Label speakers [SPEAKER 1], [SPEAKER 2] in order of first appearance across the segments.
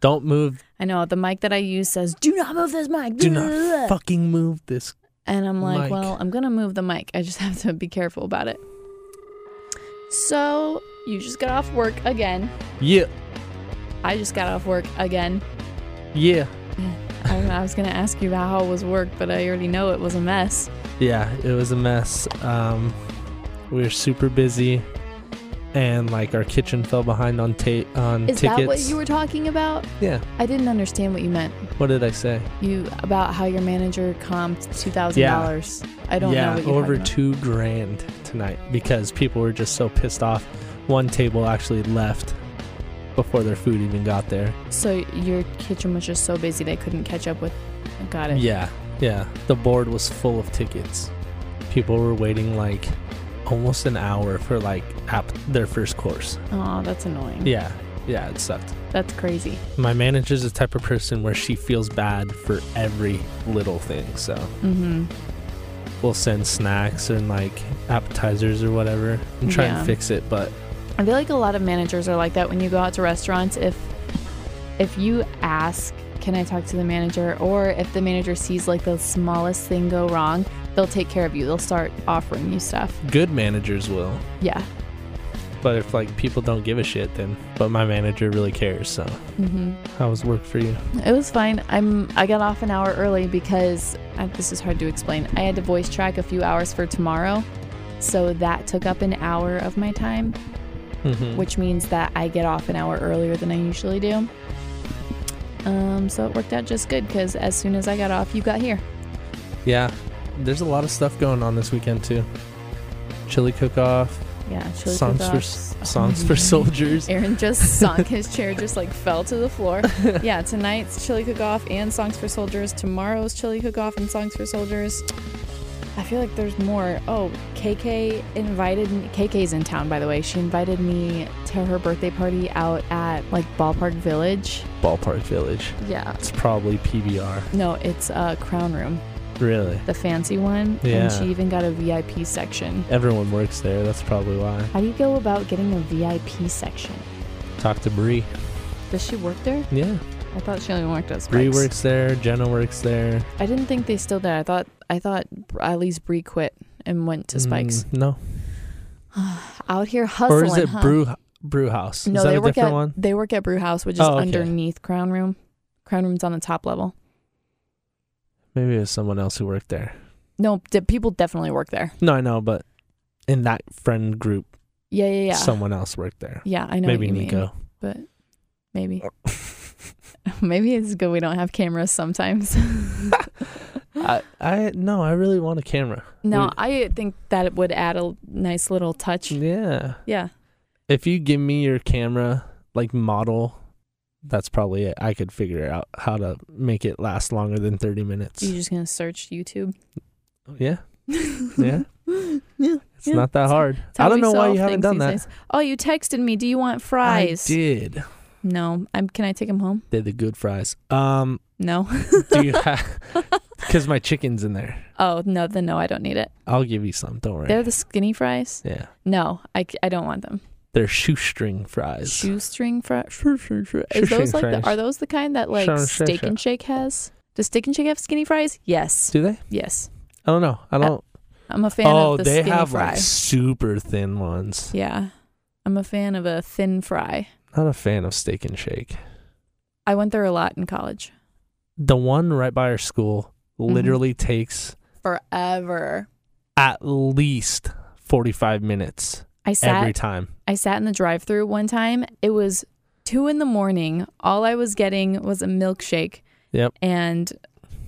[SPEAKER 1] Don't move.
[SPEAKER 2] I know the mic that I use says, "Do not move this mic."
[SPEAKER 1] Do not fucking move this.
[SPEAKER 2] And I'm like,
[SPEAKER 1] mic.
[SPEAKER 2] "Well, I'm gonna move the mic. I just have to be careful about it." So you just got off work again.
[SPEAKER 1] Yeah,
[SPEAKER 2] I just got off work again.
[SPEAKER 1] yeah,
[SPEAKER 2] I, I was gonna ask you about how it was work, but I already know it was a mess.
[SPEAKER 1] yeah. It was a mess. Um, we were super busy, and like our kitchen fell behind on tape on
[SPEAKER 2] Is
[SPEAKER 1] tickets.
[SPEAKER 2] that what you were talking about?
[SPEAKER 1] Yeah.
[SPEAKER 2] I didn't understand what you meant.
[SPEAKER 1] What did I say?
[SPEAKER 2] You about how your manager comped two thousand dollars. I don't
[SPEAKER 1] yeah,
[SPEAKER 2] know what you're
[SPEAKER 1] over
[SPEAKER 2] talking
[SPEAKER 1] two
[SPEAKER 2] about.
[SPEAKER 1] grand tonight because people were just so pissed off. One table actually left before their food even got there.
[SPEAKER 2] So your kitchen was just so busy they couldn't catch up with. Got it.
[SPEAKER 1] Yeah, yeah. The board was full of tickets. People were waiting like almost an hour for like app their first course.
[SPEAKER 2] Oh, that's annoying.
[SPEAKER 1] Yeah, yeah. It sucked.
[SPEAKER 2] That's crazy.
[SPEAKER 1] My manager's the type of person where she feels bad for every little thing. So
[SPEAKER 2] Mm-hmm.
[SPEAKER 1] we'll send snacks and like appetizers or whatever and try
[SPEAKER 2] Yeah.
[SPEAKER 1] and fix it. But
[SPEAKER 2] I feel like a lot of managers are like that when you go out to restaurants. If if you ask, "Can I talk to the manager?" or if the manager sees like the smallest thing go wrong, they'll take care of you. They'll start offering you stuff.
[SPEAKER 1] good managers will.
[SPEAKER 2] Yeah.
[SPEAKER 1] But if like people don't give a shit, then but my manager really cares. So
[SPEAKER 2] Mm-hmm.
[SPEAKER 1] how was work for you?
[SPEAKER 2] It was fine. I'm I got off an hour early because I, this is hard to explain. I had to voice track a few hours for tomorrow. So that took up an hour of my time,
[SPEAKER 1] Mm-hmm.
[SPEAKER 2] which means that I get off an hour earlier than I usually do. Um, so it worked out just good because as soon as I got off, you got here.
[SPEAKER 1] Yeah, there's a lot of stuff going on this weekend too. Chili cook-off,
[SPEAKER 2] Yeah, chili
[SPEAKER 1] songs for
[SPEAKER 2] cook-offs. Oh
[SPEAKER 1] songs
[SPEAKER 2] my
[SPEAKER 1] for
[SPEAKER 2] God.
[SPEAKER 1] soldiers.
[SPEAKER 2] Aaron just sunk. His chair just like fell to the floor. Yeah, tonight's Chili Cook Off and Songs for Soldiers. Tomorrow's Chili Cook Off and Songs for Soldiers. I feel like there's more. Oh, KK invited me. KK's in town, by the way. She invited me to her birthday party out at like Ballpark Village.
[SPEAKER 1] Ballpark Village.
[SPEAKER 2] Yeah.
[SPEAKER 1] It's probably PBR.
[SPEAKER 2] No, it's uh, Crown Room,
[SPEAKER 1] Really,
[SPEAKER 2] the fancy one.
[SPEAKER 1] Yeah.
[SPEAKER 2] And she even got a VIP section.
[SPEAKER 1] everyone works there. That's probably why.
[SPEAKER 2] How do you go about getting a VIP section?
[SPEAKER 1] Talk to Bree.
[SPEAKER 2] Does she work there?
[SPEAKER 1] Yeah,
[SPEAKER 2] I thought she only worked at Spikes.
[SPEAKER 1] Bree works there. Jenna works there.
[SPEAKER 2] I didn't think they still did. I thought I thought at least Bree quit and went to Spikes.
[SPEAKER 1] Mm, no,
[SPEAKER 2] Out here hustling.
[SPEAKER 1] or is it
[SPEAKER 2] huh?
[SPEAKER 1] Brew Brew House?
[SPEAKER 2] No,
[SPEAKER 1] is that
[SPEAKER 2] they
[SPEAKER 1] a
[SPEAKER 2] work
[SPEAKER 1] different
[SPEAKER 2] at
[SPEAKER 1] one?
[SPEAKER 2] they work at Brew House, which is
[SPEAKER 1] Oh, okay.
[SPEAKER 2] underneath Crown Room. Crown Room's on the top level.
[SPEAKER 1] Maybe it was someone else who worked there.
[SPEAKER 2] No, d- people definitely work there.
[SPEAKER 1] No, I know, but in that friend group,
[SPEAKER 2] Yeah, yeah, yeah.
[SPEAKER 1] someone else worked there.
[SPEAKER 2] yeah, I know.
[SPEAKER 1] Maybe
[SPEAKER 2] what you mean,
[SPEAKER 1] Nico.
[SPEAKER 2] but maybe maybe it's good we don't have cameras sometimes.
[SPEAKER 1] I, I no, I really want a camera.
[SPEAKER 2] no,
[SPEAKER 1] We-
[SPEAKER 2] I think that it would add a nice little touch.
[SPEAKER 1] Mm. Yeah.
[SPEAKER 2] Yeah,
[SPEAKER 1] If you give me your camera like model, that's probably it. I could figure out how to make it last longer than 30 minutes.
[SPEAKER 2] you're just gonna search YouTube.
[SPEAKER 1] Yeah. Yeah. It's not that hard.
[SPEAKER 2] It's how
[SPEAKER 1] I don't
[SPEAKER 2] we
[SPEAKER 1] know why
[SPEAKER 2] solve
[SPEAKER 1] you haven't
[SPEAKER 2] things
[SPEAKER 1] done
[SPEAKER 2] these
[SPEAKER 1] that.
[SPEAKER 2] days. Oh, you texted me. Do you want fries?
[SPEAKER 1] I did.
[SPEAKER 2] No. I'm, can I take them home?
[SPEAKER 1] They're the good fries. Um
[SPEAKER 2] No.
[SPEAKER 1] do you have cuz my chicken's in there.
[SPEAKER 2] Oh, no. Then no, I don't need it.
[SPEAKER 1] I'll give you some, don't worry.
[SPEAKER 2] They're the skinny fries.
[SPEAKER 1] yeah.
[SPEAKER 2] No, I, c- I don't want them.
[SPEAKER 1] They're shoestring fries.
[SPEAKER 2] Shoestring fries. Is
[SPEAKER 1] Shoestring
[SPEAKER 2] those like the,
[SPEAKER 1] fries.
[SPEAKER 2] are those the kind that like
[SPEAKER 1] Sure, sure,
[SPEAKER 2] Steak and Shake has? Does Steak and Shake have skinny fries? Yes.
[SPEAKER 1] do they?
[SPEAKER 2] Yes.
[SPEAKER 1] I don't know. I don't
[SPEAKER 2] I'm a fan
[SPEAKER 1] Oh,
[SPEAKER 2] of the
[SPEAKER 1] they
[SPEAKER 2] skinny
[SPEAKER 1] have
[SPEAKER 2] fry.
[SPEAKER 1] like super thin ones.
[SPEAKER 2] Yeah. I'm a fan of a thin fry.
[SPEAKER 1] Not a fan of Steak and Shake.
[SPEAKER 2] I went there a lot in college.
[SPEAKER 1] the one right by our school
[SPEAKER 2] Mhm.
[SPEAKER 1] literally takes
[SPEAKER 2] Forever.
[SPEAKER 1] at least 45 minutes
[SPEAKER 2] I sat
[SPEAKER 1] every time.
[SPEAKER 2] I sat in the drive through one time. It was two in the morning. All I was getting was a milkshake.
[SPEAKER 1] Yep.
[SPEAKER 2] And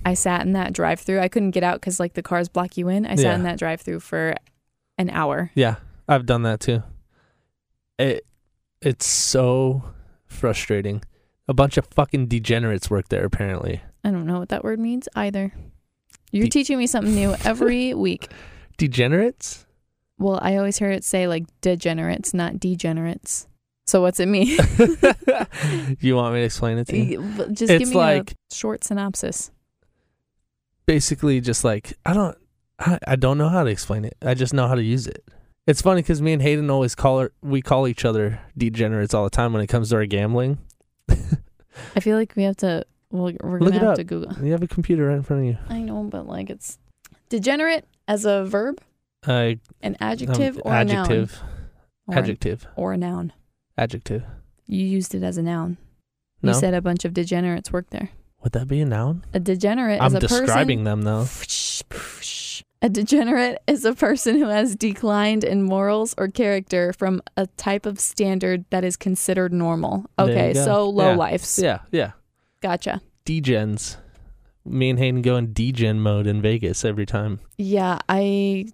[SPEAKER 2] I sat in that drive through. I couldn't get out because like the cars block you in. I sat
[SPEAKER 1] Yeah.
[SPEAKER 2] in that drive through for an hour.
[SPEAKER 1] Yeah, I've done that too. It it's so frustrating. A bunch of fucking degenerates work there apparently.
[SPEAKER 2] I don't know what that word means either. You're
[SPEAKER 1] Ye-
[SPEAKER 2] teaching me something new every week.
[SPEAKER 1] Degenerates?
[SPEAKER 2] Well, I always hear it say like degenerates, not degenerates. So what's it mean?
[SPEAKER 1] you want me to explain it to you?
[SPEAKER 2] Just give
[SPEAKER 1] It's
[SPEAKER 2] me
[SPEAKER 1] like-
[SPEAKER 2] a short synopsis.
[SPEAKER 1] Basically just like I don't I, I don't know how to explain it. I just know how to use it. It's funny cuz me and Hayden always call her, we call each other degenerates all the time when it comes to our gambling.
[SPEAKER 2] I feel like we have to. Well, we're
[SPEAKER 1] Look
[SPEAKER 2] gonna
[SPEAKER 1] it
[SPEAKER 2] have
[SPEAKER 1] up.
[SPEAKER 2] to Google.
[SPEAKER 1] You have a computer right in front of you.
[SPEAKER 2] I know, but like it's degenerate as a verb,
[SPEAKER 1] Uh,
[SPEAKER 2] an
[SPEAKER 1] um,
[SPEAKER 2] adjective, or
[SPEAKER 1] adjective.
[SPEAKER 2] a noun, or, an-
[SPEAKER 1] Adjective.
[SPEAKER 2] or a noun.
[SPEAKER 1] Adjective.
[SPEAKER 2] You used it as a noun.
[SPEAKER 1] No.
[SPEAKER 2] You said a bunch of degenerates work there.
[SPEAKER 1] Would that be a noun?
[SPEAKER 2] A degenerate
[SPEAKER 1] I'm
[SPEAKER 2] is a
[SPEAKER 1] describing them
[SPEAKER 2] person.
[SPEAKER 1] though.
[SPEAKER 2] A degenerate is a person who has declined in morals or character from a type of standard that is considered normal.
[SPEAKER 1] There you
[SPEAKER 2] Okay,
[SPEAKER 1] go.
[SPEAKER 2] so low
[SPEAKER 1] Yeah.
[SPEAKER 2] lifes.
[SPEAKER 1] Yeah, yeah.
[SPEAKER 2] Gotcha.
[SPEAKER 1] Degens. Me and Hayden go in degen mode in Vegas every time.
[SPEAKER 2] Yeah, I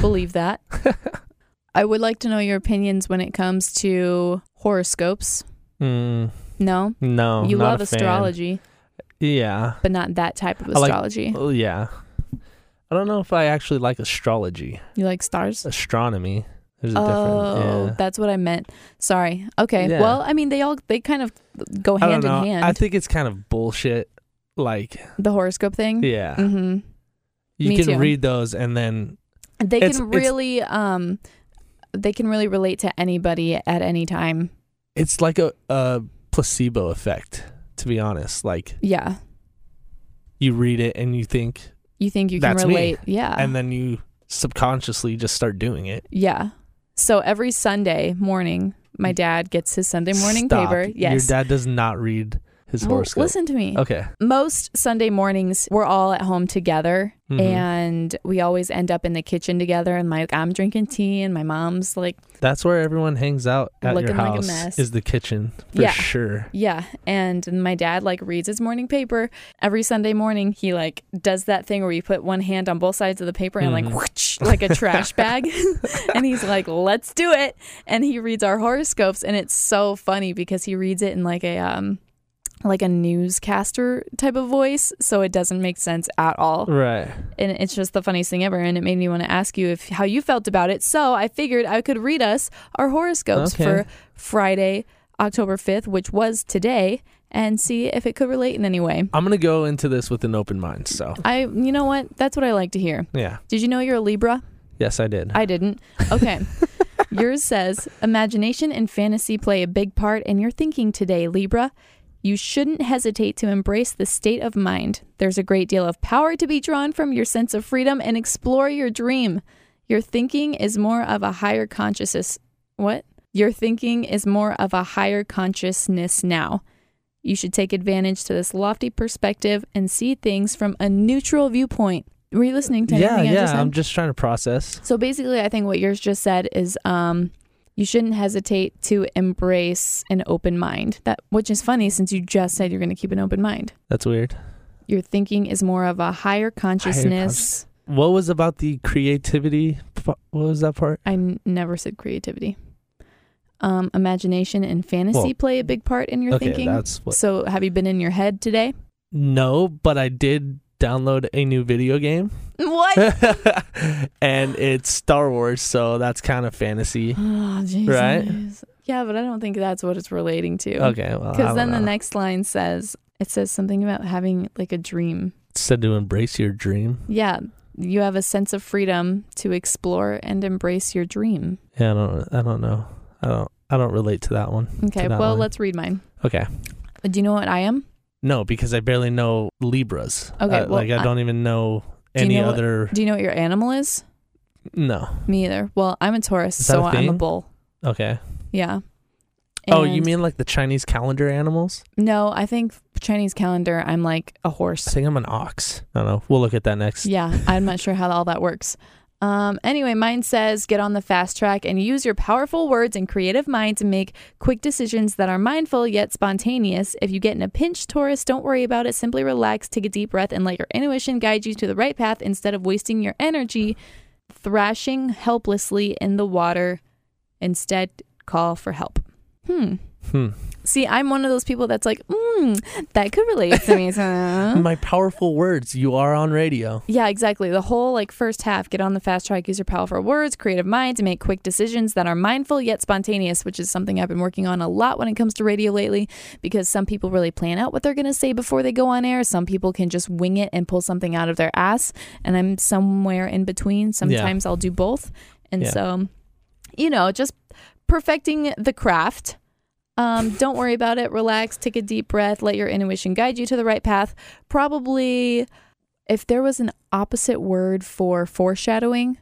[SPEAKER 2] believe that. I would like to know your opinions when it comes to horoscopes.
[SPEAKER 1] Mm,
[SPEAKER 2] No,
[SPEAKER 1] no,
[SPEAKER 2] you
[SPEAKER 1] Oh, not
[SPEAKER 2] love
[SPEAKER 1] a fan.
[SPEAKER 2] astrology,
[SPEAKER 1] Yeah.
[SPEAKER 2] but not that type of
[SPEAKER 1] I like-
[SPEAKER 2] astrology.
[SPEAKER 1] Oh yeah. I don't know if I actually like astrology.
[SPEAKER 2] you like stars?
[SPEAKER 1] Astronomy. There's a
[SPEAKER 2] Oh,
[SPEAKER 1] difference.
[SPEAKER 2] that's what I meant. Sorry. Okay.
[SPEAKER 1] Yeah.
[SPEAKER 2] Well, I mean, they all they kind of go
[SPEAKER 1] Yeah. I don't
[SPEAKER 2] hand in
[SPEAKER 1] know. I
[SPEAKER 2] hand.
[SPEAKER 1] think it's kind of bullshit. Like,
[SPEAKER 2] the horoscope thing.
[SPEAKER 1] yeah.
[SPEAKER 2] Mm-hmm.
[SPEAKER 1] you
[SPEAKER 2] me
[SPEAKER 1] can
[SPEAKER 2] too.
[SPEAKER 1] read those and then
[SPEAKER 2] They
[SPEAKER 1] It's-
[SPEAKER 2] can
[SPEAKER 1] it's-
[SPEAKER 2] really, um, they can really relate to anybody at any time.
[SPEAKER 1] it's like a, a placebo effect, to be honest. Like
[SPEAKER 2] Yeah.
[SPEAKER 1] you read it and you think
[SPEAKER 2] You think you can
[SPEAKER 1] That's me.
[SPEAKER 2] relate? Yeah.
[SPEAKER 1] and then you subconsciously just start doing it.
[SPEAKER 2] Yeah. So every Sunday morning, my dad gets his Sunday morning
[SPEAKER 1] Stop.
[SPEAKER 2] paper. Yes.
[SPEAKER 1] Your dad does not read his
[SPEAKER 2] Well,
[SPEAKER 1] horoscope.
[SPEAKER 2] listen to me.
[SPEAKER 1] Okay.
[SPEAKER 2] Most Sunday mornings, we're all at home together,
[SPEAKER 1] Mhm.
[SPEAKER 2] and we always end up in the kitchen together. And like, I'm drinking tea, and my mom's like,
[SPEAKER 1] That's where everyone hangs out at your
[SPEAKER 2] Looking like a
[SPEAKER 1] house
[SPEAKER 2] mess.
[SPEAKER 1] is the kitchen for
[SPEAKER 2] Yeah.
[SPEAKER 1] sure.
[SPEAKER 2] Yeah, and my dad like reads his morning paper every Sunday morning. He like does that thing where you put one hand on both sides of the paper and
[SPEAKER 1] Mhm.
[SPEAKER 2] like whoosh, like a trash bag, and he's like, "Let's do it." And he reads our horoscopes, and it's so funny because he reads it in like a um like a newscaster type of voice, so it doesn't make sense at all
[SPEAKER 1] Right.
[SPEAKER 2] and it's just the funniest thing ever and it made me want to ask you if how you felt about it so i figured i could read us our horoscopes
[SPEAKER 1] Okay.
[SPEAKER 2] for friday october 5th which was today and see if it could relate in any way
[SPEAKER 1] I'm gonna go into this with an open mind. So
[SPEAKER 2] i you know what that's what i like to hear
[SPEAKER 1] yeah.
[SPEAKER 2] did you know you're a libra
[SPEAKER 1] Yes, I did.
[SPEAKER 2] i didn't okay yours says imagination and fantasy play a big part in your thinking today libra you shouldn't hesitate to embrace the state of mind. There's a great deal of power to be drawn from your sense of freedom and explore your dream. Your thinking is more of a higher consciousness. What? Your thinking is more of a higher consciousness now. You should take advantage to this lofty perspective and see things from a neutral viewpoint. Were you listening to
[SPEAKER 1] yeah,
[SPEAKER 2] anything I
[SPEAKER 1] yeah.
[SPEAKER 2] just said?
[SPEAKER 1] I'm just trying to process.
[SPEAKER 2] So basically, I think what yours just said is um, you shouldn't hesitate to embrace an open mind. That which is funny since you just said you're going to keep an open mind.
[SPEAKER 1] That's weird.
[SPEAKER 2] Your thinking is more of a higher consciousness.
[SPEAKER 1] What was about the creativity? p- What was that part?
[SPEAKER 2] I n- never said creativity. Um, imagination and fantasy
[SPEAKER 1] Well,
[SPEAKER 2] play a big part in your
[SPEAKER 1] okay,
[SPEAKER 2] thinking.
[SPEAKER 1] that's what.
[SPEAKER 2] So have you been in your head today?
[SPEAKER 1] No, but I did download a new video game,
[SPEAKER 2] What?
[SPEAKER 1] and it's Star Wars, so that's kind of fantasy.
[SPEAKER 2] oh, Jesus.
[SPEAKER 1] Right?
[SPEAKER 2] Yeah, but I don't think that's what it's relating to.
[SPEAKER 1] Okay, Ah, well, I
[SPEAKER 2] Because
[SPEAKER 1] don't
[SPEAKER 2] then the
[SPEAKER 1] know.
[SPEAKER 2] next line says it says something about having like a dream.
[SPEAKER 1] It said to embrace your dream.
[SPEAKER 2] Yeah, you have a sense of freedom to explore and embrace your dream.
[SPEAKER 1] Yeah, I don't. I don't know. I don't. I don't relate to that one.
[SPEAKER 2] Okay,
[SPEAKER 1] To that
[SPEAKER 2] well,
[SPEAKER 1] one.
[SPEAKER 2] let's read mine.
[SPEAKER 1] Okay.
[SPEAKER 2] Do you know what I am?
[SPEAKER 1] No, because I barely know Libras.
[SPEAKER 2] Okay,
[SPEAKER 1] Uh,
[SPEAKER 2] well,
[SPEAKER 1] like I
[SPEAKER 2] I-
[SPEAKER 1] don't even know
[SPEAKER 2] Do you
[SPEAKER 1] any
[SPEAKER 2] know what-
[SPEAKER 1] other.
[SPEAKER 2] Do you know what your animal is?
[SPEAKER 1] no.
[SPEAKER 2] Me either. Well, I'm a Taurus,
[SPEAKER 1] Is that
[SPEAKER 2] so
[SPEAKER 1] a
[SPEAKER 2] I'm a
[SPEAKER 1] thing?
[SPEAKER 2] bull.
[SPEAKER 1] Okay.
[SPEAKER 2] Yeah.
[SPEAKER 1] oh, you
[SPEAKER 2] And-
[SPEAKER 1] mean like the Chinese calendar animals?
[SPEAKER 2] No, I think Chinese calendar, I'm like a
[SPEAKER 1] I
[SPEAKER 2] horse.
[SPEAKER 1] think I'm an ox. I don't know. We'll look at that next.
[SPEAKER 2] Yeah, I'm not sure how all that works. Um, anyway, mine says get on the fast track and use your powerful words and creative mind to make quick decisions that are mindful yet spontaneous. If you get in a pinch, Taurus, don't worry about it. Simply relax, take a deep breath, and let your intuition guide you to the right path instead of wasting your energy thrashing helplessly in the water. Instead, call for help. Hmm.
[SPEAKER 1] Hmm.
[SPEAKER 2] See, I'm one of those people that's like, mm, that could relate to me. So-
[SPEAKER 1] My powerful words. You are on radio.
[SPEAKER 2] yeah, exactly. The whole like first half, get on the fast track, use your powerful words, creative mind to make quick decisions that are mindful yet spontaneous, which is something I've been working on a lot when it comes to radio lately because some people really plan out what they're going to say before they go on air. Some people can just wing it and pull something out of their ass, and I'm somewhere in between. Sometimes I'll do both. And
[SPEAKER 1] Yeah.
[SPEAKER 2] so, you know, just perfecting the craft Um, don't worry about it. Relax, take a deep breath, let your intuition guide you to the right path. Probably if there was an opposite word for foreshadowing,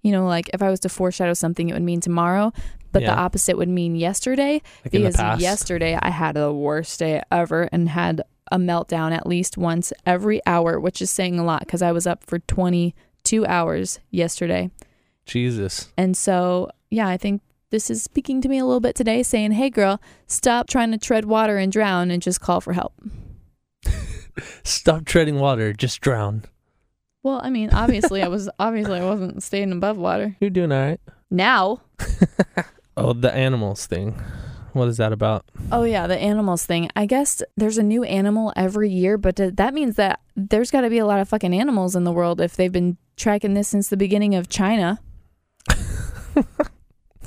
[SPEAKER 2] you know, like if I was to foreshadow something, it would mean tomorrow, but
[SPEAKER 1] Yeah.
[SPEAKER 2] the opposite would mean yesterday
[SPEAKER 1] Like in the
[SPEAKER 2] because
[SPEAKER 1] past.
[SPEAKER 2] yesterday I had the worst day ever and had a meltdown at least once every hour, which is saying a lot because I was up for 22 hours yesterday.
[SPEAKER 1] Jesus.
[SPEAKER 2] And so, yeah, I think this is speaking to me a little bit today, saying, hey, girl, stop trying to tread water and drown and just call for help.
[SPEAKER 1] Stop treading water. Just drown.
[SPEAKER 2] Well, I mean, obviously, I was obviously I wasn't staying above water.
[SPEAKER 1] You're doing all right.
[SPEAKER 2] Now,
[SPEAKER 1] Oh, the animals thing. What is that about?
[SPEAKER 2] oh yeah, the animals thing. I guess there's a new animal every year, but th- that means that there's got to be a lot of fucking animals in the world if they've been tracking this since the beginning of China.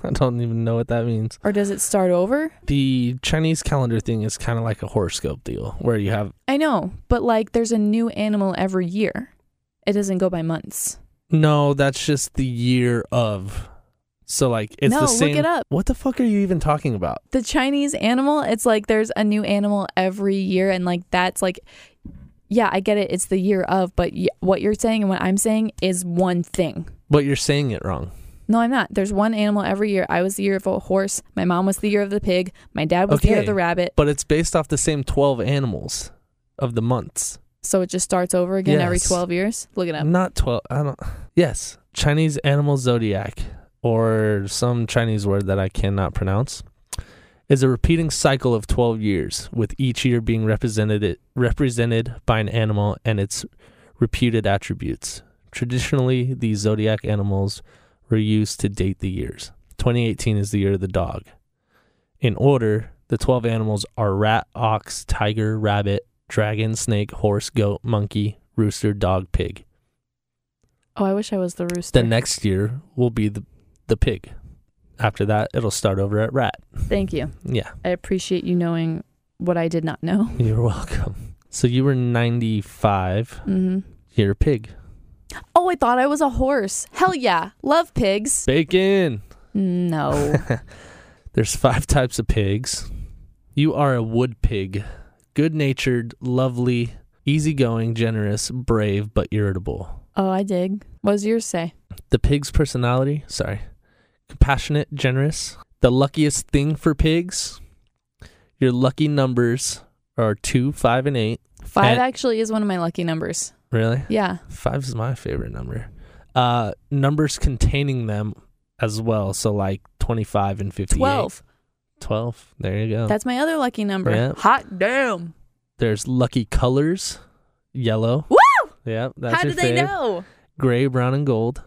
[SPEAKER 1] I don't even know what that means.
[SPEAKER 2] Or does it start over?
[SPEAKER 1] The Chinese calendar thing is kind of like a horoscope deal where you have
[SPEAKER 2] I know, but like, there's a new animal every year. It doesn't go by months.
[SPEAKER 1] no, that's just the year of. So like it's
[SPEAKER 2] no,
[SPEAKER 1] the same.
[SPEAKER 2] look it up.
[SPEAKER 1] What the fuck are you even talking about?
[SPEAKER 2] the Chinese animal, it's like there's a new animal every year, and like that's like, yeah, I get it. It's the year of, but y- what you're saying and what I'm saying is one thing.
[SPEAKER 1] But you're saying it wrong.
[SPEAKER 2] No, I'm not. There's one animal every year. I was the year of a horse. My mom was the year of the pig. My dad was the year
[SPEAKER 1] Okay.
[SPEAKER 2] of the rabbit.
[SPEAKER 1] But it's based off the same 12 animals of the months.
[SPEAKER 2] So it just starts over again every
[SPEAKER 1] Yes. Mm.
[SPEAKER 2] 12 years. Look it up.
[SPEAKER 1] Not 12. I don't. Yes. Chinese animal zodiac, or some Chinese word that I cannot pronounce, is a repeating cycle of 12 years, with each year being represented, represented by an animal and its reputed attributes. Traditionally, these zodiac animals were used to date the years. 2018 is the year of the dog. In order, the 12 animals are rat, ox, tiger, rabbit, dragon, snake, horse, goat, monkey, rooster, dog, pig.
[SPEAKER 2] Oh, I wish I was the rooster.
[SPEAKER 1] The next year will be the the pig. After that, it'll start over at rat.
[SPEAKER 2] Thank you.
[SPEAKER 1] Yeah,
[SPEAKER 2] I appreciate you knowing what I did not know.
[SPEAKER 1] you're welcome. So you were 95.
[SPEAKER 2] hmm
[SPEAKER 1] You're a pig.
[SPEAKER 2] Oh, I thought I was a horse. Hell yeah. Love pigs.
[SPEAKER 1] Bacon.
[SPEAKER 2] No.
[SPEAKER 1] There's five types of pigs. You are a wood pig. Good-natured, lovely, easygoing, generous, brave, but irritable.
[SPEAKER 2] Oh, I dig. What does yours say?
[SPEAKER 1] The pig's personality, sorry. Compassionate, generous. The luckiest thing for pigs. Your lucky numbers are 2, 5 and 8.
[SPEAKER 2] Five
[SPEAKER 1] Eh.
[SPEAKER 2] actually is one of my lucky numbers.
[SPEAKER 1] Really?
[SPEAKER 2] Yeah.
[SPEAKER 1] Five is my favorite number. Uh, numbers containing them as well. So like 25 and 58.
[SPEAKER 2] 12.
[SPEAKER 1] 12. There you go.
[SPEAKER 2] That's my other lucky number.
[SPEAKER 1] Yeah.
[SPEAKER 2] Hot damn.
[SPEAKER 1] There's lucky colors yellow.
[SPEAKER 2] Woo!
[SPEAKER 1] Yeah. That's
[SPEAKER 2] How
[SPEAKER 1] your
[SPEAKER 2] did they
[SPEAKER 1] fave.
[SPEAKER 2] know?
[SPEAKER 1] Gray, brown, and gold.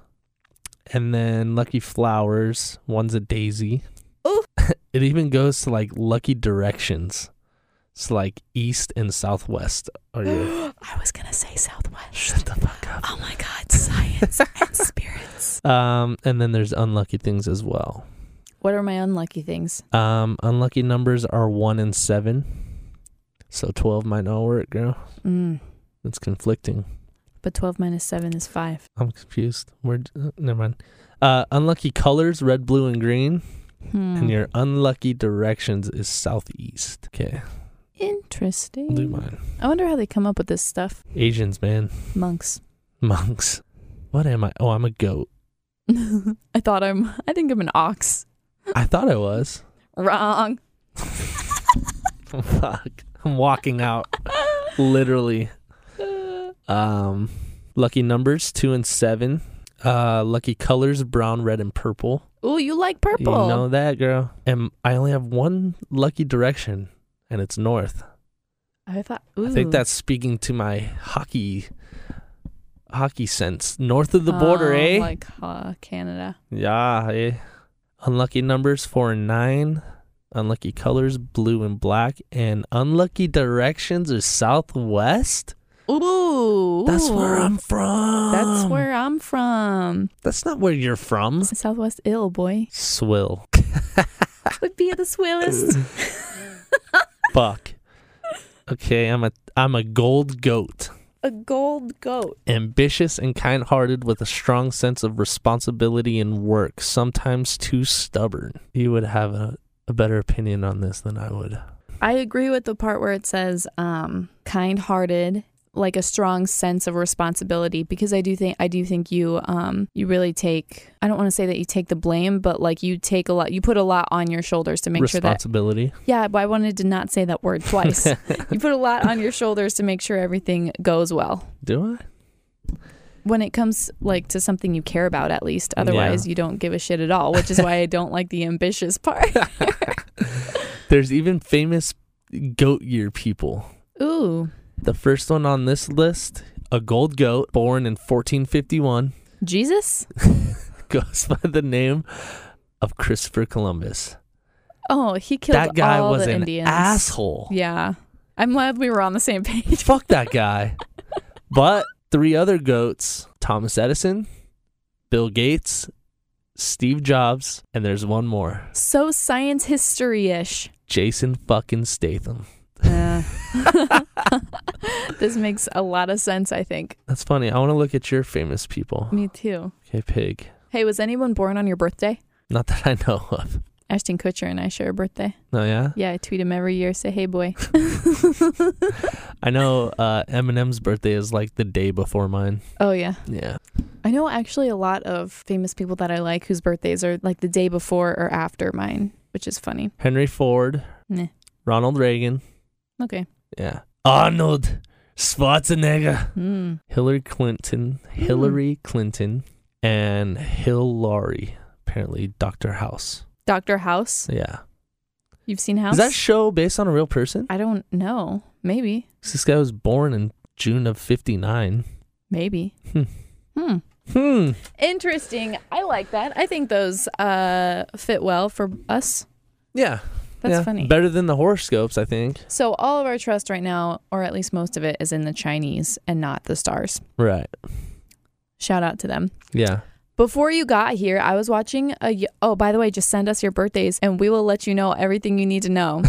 [SPEAKER 1] And then lucky flowers. One's a daisy.
[SPEAKER 2] Ooh.
[SPEAKER 1] it even goes to like lucky directions. It's like east and southwest. Are you?
[SPEAKER 2] I was going to say Southwest.
[SPEAKER 1] Shut the fuck up.
[SPEAKER 2] Oh my God. Science and spirits.
[SPEAKER 1] Um, and then there's unlucky things as well.
[SPEAKER 2] What are my unlucky things?
[SPEAKER 1] Um, unlucky numbers are one and seven. So twelve might not work, girl.
[SPEAKER 2] Mm.
[SPEAKER 1] It's conflicting.
[SPEAKER 2] But 12 minus 7 is 5.
[SPEAKER 1] I'm confused. Where? Uh, never mind. Uh, unlucky colors: red, blue, and green.
[SPEAKER 2] Hmm.
[SPEAKER 1] And your unlucky directions is southeast. Okay, I'll do
[SPEAKER 2] Interesting.
[SPEAKER 1] mine.
[SPEAKER 2] I wonder how they come up with this stuff.
[SPEAKER 1] Asians, man,
[SPEAKER 2] Monks.
[SPEAKER 1] monks. What am I? Oh, I'm a goat.
[SPEAKER 2] I thought I'm, I think I'm an ox.
[SPEAKER 1] I thought I was.
[SPEAKER 2] Wrong.
[SPEAKER 1] Fuck. I'm walking out. Literally. Um, lucky numbers two and seven. Uh, lucky colors: brown, red, and purple.
[SPEAKER 2] Ooh, you like purple.
[SPEAKER 1] You know that, girl. And I only have one lucky direction, and it's north.
[SPEAKER 2] I thought, ooh.
[SPEAKER 1] I think that's speaking to my hockey hockey sense. North of the border,
[SPEAKER 2] Oh,
[SPEAKER 1] eh?
[SPEAKER 2] Like uh, Canada.
[SPEAKER 1] yeah, eh. Unlucky numbers four and nine. Unlucky colors blue and black, and unlucky directions are southwest.
[SPEAKER 2] Ooh,
[SPEAKER 1] That's where I'm from.
[SPEAKER 2] That's where I'm from.
[SPEAKER 1] That's not where you're from.
[SPEAKER 2] Southwest Ill, boy.
[SPEAKER 1] Swill.
[SPEAKER 2] Would be the swillest.
[SPEAKER 1] Fuck. Okay, I'm a I'm a gold goat.
[SPEAKER 2] A gold goat.
[SPEAKER 1] ambitious and kind hearted with a strong sense of responsibility and work, sometimes too stubborn. You would have a a better opinion on this than I would.
[SPEAKER 2] I agree with the part where it says um, kind-hearted, like a strong sense of responsibility, because I do think I do think you um, you really take. I don't want to say that you take the blame, but like you take a lot, you put a lot on your shoulders to make sure that.
[SPEAKER 1] Responsibility.
[SPEAKER 2] Yeah, but I wanted to not say that word twice. you put a lot on your shoulders to make sure everything goes well.
[SPEAKER 1] Do I?
[SPEAKER 2] When it comes like to something you care about, at least. Otherwise, you don't give a shit at all, which is why I don't like the ambitious part.
[SPEAKER 1] There's even famous goat year people.
[SPEAKER 2] Ooh,
[SPEAKER 1] The first one on this list, a gold goat born in 1451,
[SPEAKER 2] Jesus.
[SPEAKER 1] goes by the name of Christopher Columbus.
[SPEAKER 2] Oh, he killed
[SPEAKER 1] that guy
[SPEAKER 2] all
[SPEAKER 1] was
[SPEAKER 2] the
[SPEAKER 1] an
[SPEAKER 2] Indians.
[SPEAKER 1] asshole.
[SPEAKER 2] Yeah. I'm glad we were on the same page.
[SPEAKER 1] Fuck that guy. but three other goats Thomas Edison, Bill Gates, Steve Jobs, and there's one more
[SPEAKER 2] So science history ish.
[SPEAKER 1] Jason fucking Statham.
[SPEAKER 2] this makes a lot of sense, I think.
[SPEAKER 1] That's funny. I want to look at your famous people.
[SPEAKER 2] Me too.
[SPEAKER 1] Okay, pig.
[SPEAKER 2] Hey, was anyone born on your birthday?
[SPEAKER 1] Not that I know of.
[SPEAKER 2] Ashton Kutcher and I share a birthday.
[SPEAKER 1] No, yeah?
[SPEAKER 2] Yeah, I tweet him every year, say, hey, boy.
[SPEAKER 1] I know uh, Eminem's birthday is like the day before mine.
[SPEAKER 2] Oh, yeah.
[SPEAKER 1] Yeah.
[SPEAKER 2] I know actually a lot of famous people that I like whose birthdays are like the day before or after mine, which is funny.
[SPEAKER 1] Henry Ford,
[SPEAKER 2] Nah.
[SPEAKER 1] Ronald Reagan.
[SPEAKER 2] Okay.
[SPEAKER 1] Yeah. Arnold Schwarzenegger.
[SPEAKER 2] Hmm.
[SPEAKER 1] Hillary Clinton, Hillary Clinton, and Hillary. Apparently, Doctor House.
[SPEAKER 2] Dr. House.
[SPEAKER 1] Yeah,
[SPEAKER 2] You've seen House?
[SPEAKER 1] is that show based on a real person?
[SPEAKER 2] I don't know. Maybe.
[SPEAKER 1] 'Cause This guy was born in June of '59.
[SPEAKER 2] Maybe.
[SPEAKER 1] Hmm.
[SPEAKER 2] hmm.
[SPEAKER 1] Hmm.
[SPEAKER 2] Interesting. I like that. I think those uh, fit well for us.
[SPEAKER 1] Yeah,
[SPEAKER 2] That's
[SPEAKER 1] yeah.
[SPEAKER 2] funny.
[SPEAKER 1] Better than the horoscopes, I think.
[SPEAKER 2] so all of our trust right now, or at least most of it, is in the Chinese and not the stars.
[SPEAKER 1] Right.
[SPEAKER 2] Shout out to them.
[SPEAKER 1] Yeah.
[SPEAKER 2] Before you got here, I was watching a. y- Oh, by the way, just send us your birthdays and we will let you know everything you need to know.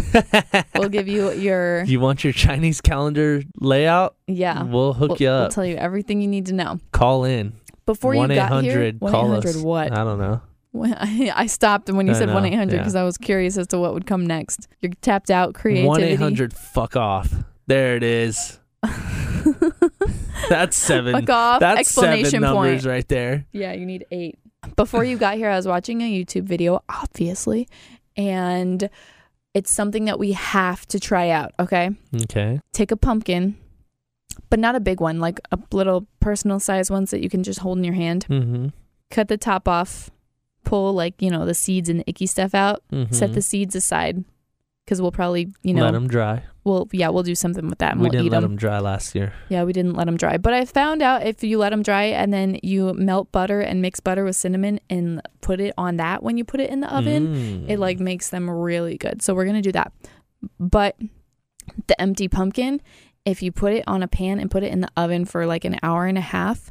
[SPEAKER 2] we'll give you your.
[SPEAKER 1] You want your Chinese calendar layout?
[SPEAKER 2] Yeah.
[SPEAKER 1] We'll hook
[SPEAKER 2] We'll-
[SPEAKER 1] you
[SPEAKER 2] We'll
[SPEAKER 1] up.
[SPEAKER 2] tell you everything you need to know.
[SPEAKER 1] Call in.
[SPEAKER 2] Before you
[SPEAKER 1] One eight
[SPEAKER 2] got here,
[SPEAKER 1] hundred. Call us.
[SPEAKER 2] 1-800 what?
[SPEAKER 1] I don't know.
[SPEAKER 2] When- I, I stopped when you
[SPEAKER 1] I
[SPEAKER 2] said
[SPEAKER 1] know,
[SPEAKER 2] 1 800
[SPEAKER 1] yeah.
[SPEAKER 2] because I was curious as to what would come next. You're tapped out, creativity.
[SPEAKER 1] One eight hundred. Fuck off. There it is. That's seven.
[SPEAKER 2] Fuck off.
[SPEAKER 1] That's
[SPEAKER 2] Explanation
[SPEAKER 1] seven
[SPEAKER 2] point.
[SPEAKER 1] numbers right there.
[SPEAKER 2] Yeah, you need eight. Before you got here, I was watching a YouTube video, obviously, and it's something that we have to try out, okay?
[SPEAKER 1] Okay.
[SPEAKER 2] Take a pumpkin, but not a big one, like a little personal size ones that you can just hold in your hand.
[SPEAKER 1] Mm-hmm.
[SPEAKER 2] Cut the top off, pull, like, you know, the seeds and the icky stuff out,
[SPEAKER 1] mm-hmm.
[SPEAKER 2] set the seeds aside. Because we'll probably, you
[SPEAKER 1] let
[SPEAKER 2] know,
[SPEAKER 1] them dry.
[SPEAKER 2] we'll yeah, we'll do something with that and
[SPEAKER 1] we
[SPEAKER 2] we'll
[SPEAKER 1] didn't
[SPEAKER 2] eat
[SPEAKER 1] let
[SPEAKER 2] them.
[SPEAKER 1] them. dry last year.
[SPEAKER 2] Yeah, we didn't let them dry. But I found out if you let them dry and then you melt butter and mix butter with cinnamon and put it on that when you put it in the
[SPEAKER 1] Mm.
[SPEAKER 2] oven, it like makes them really good. So we're going to do that. But the empty pumpkin, if you put it on a pan and put it in the oven for like an hour and a half,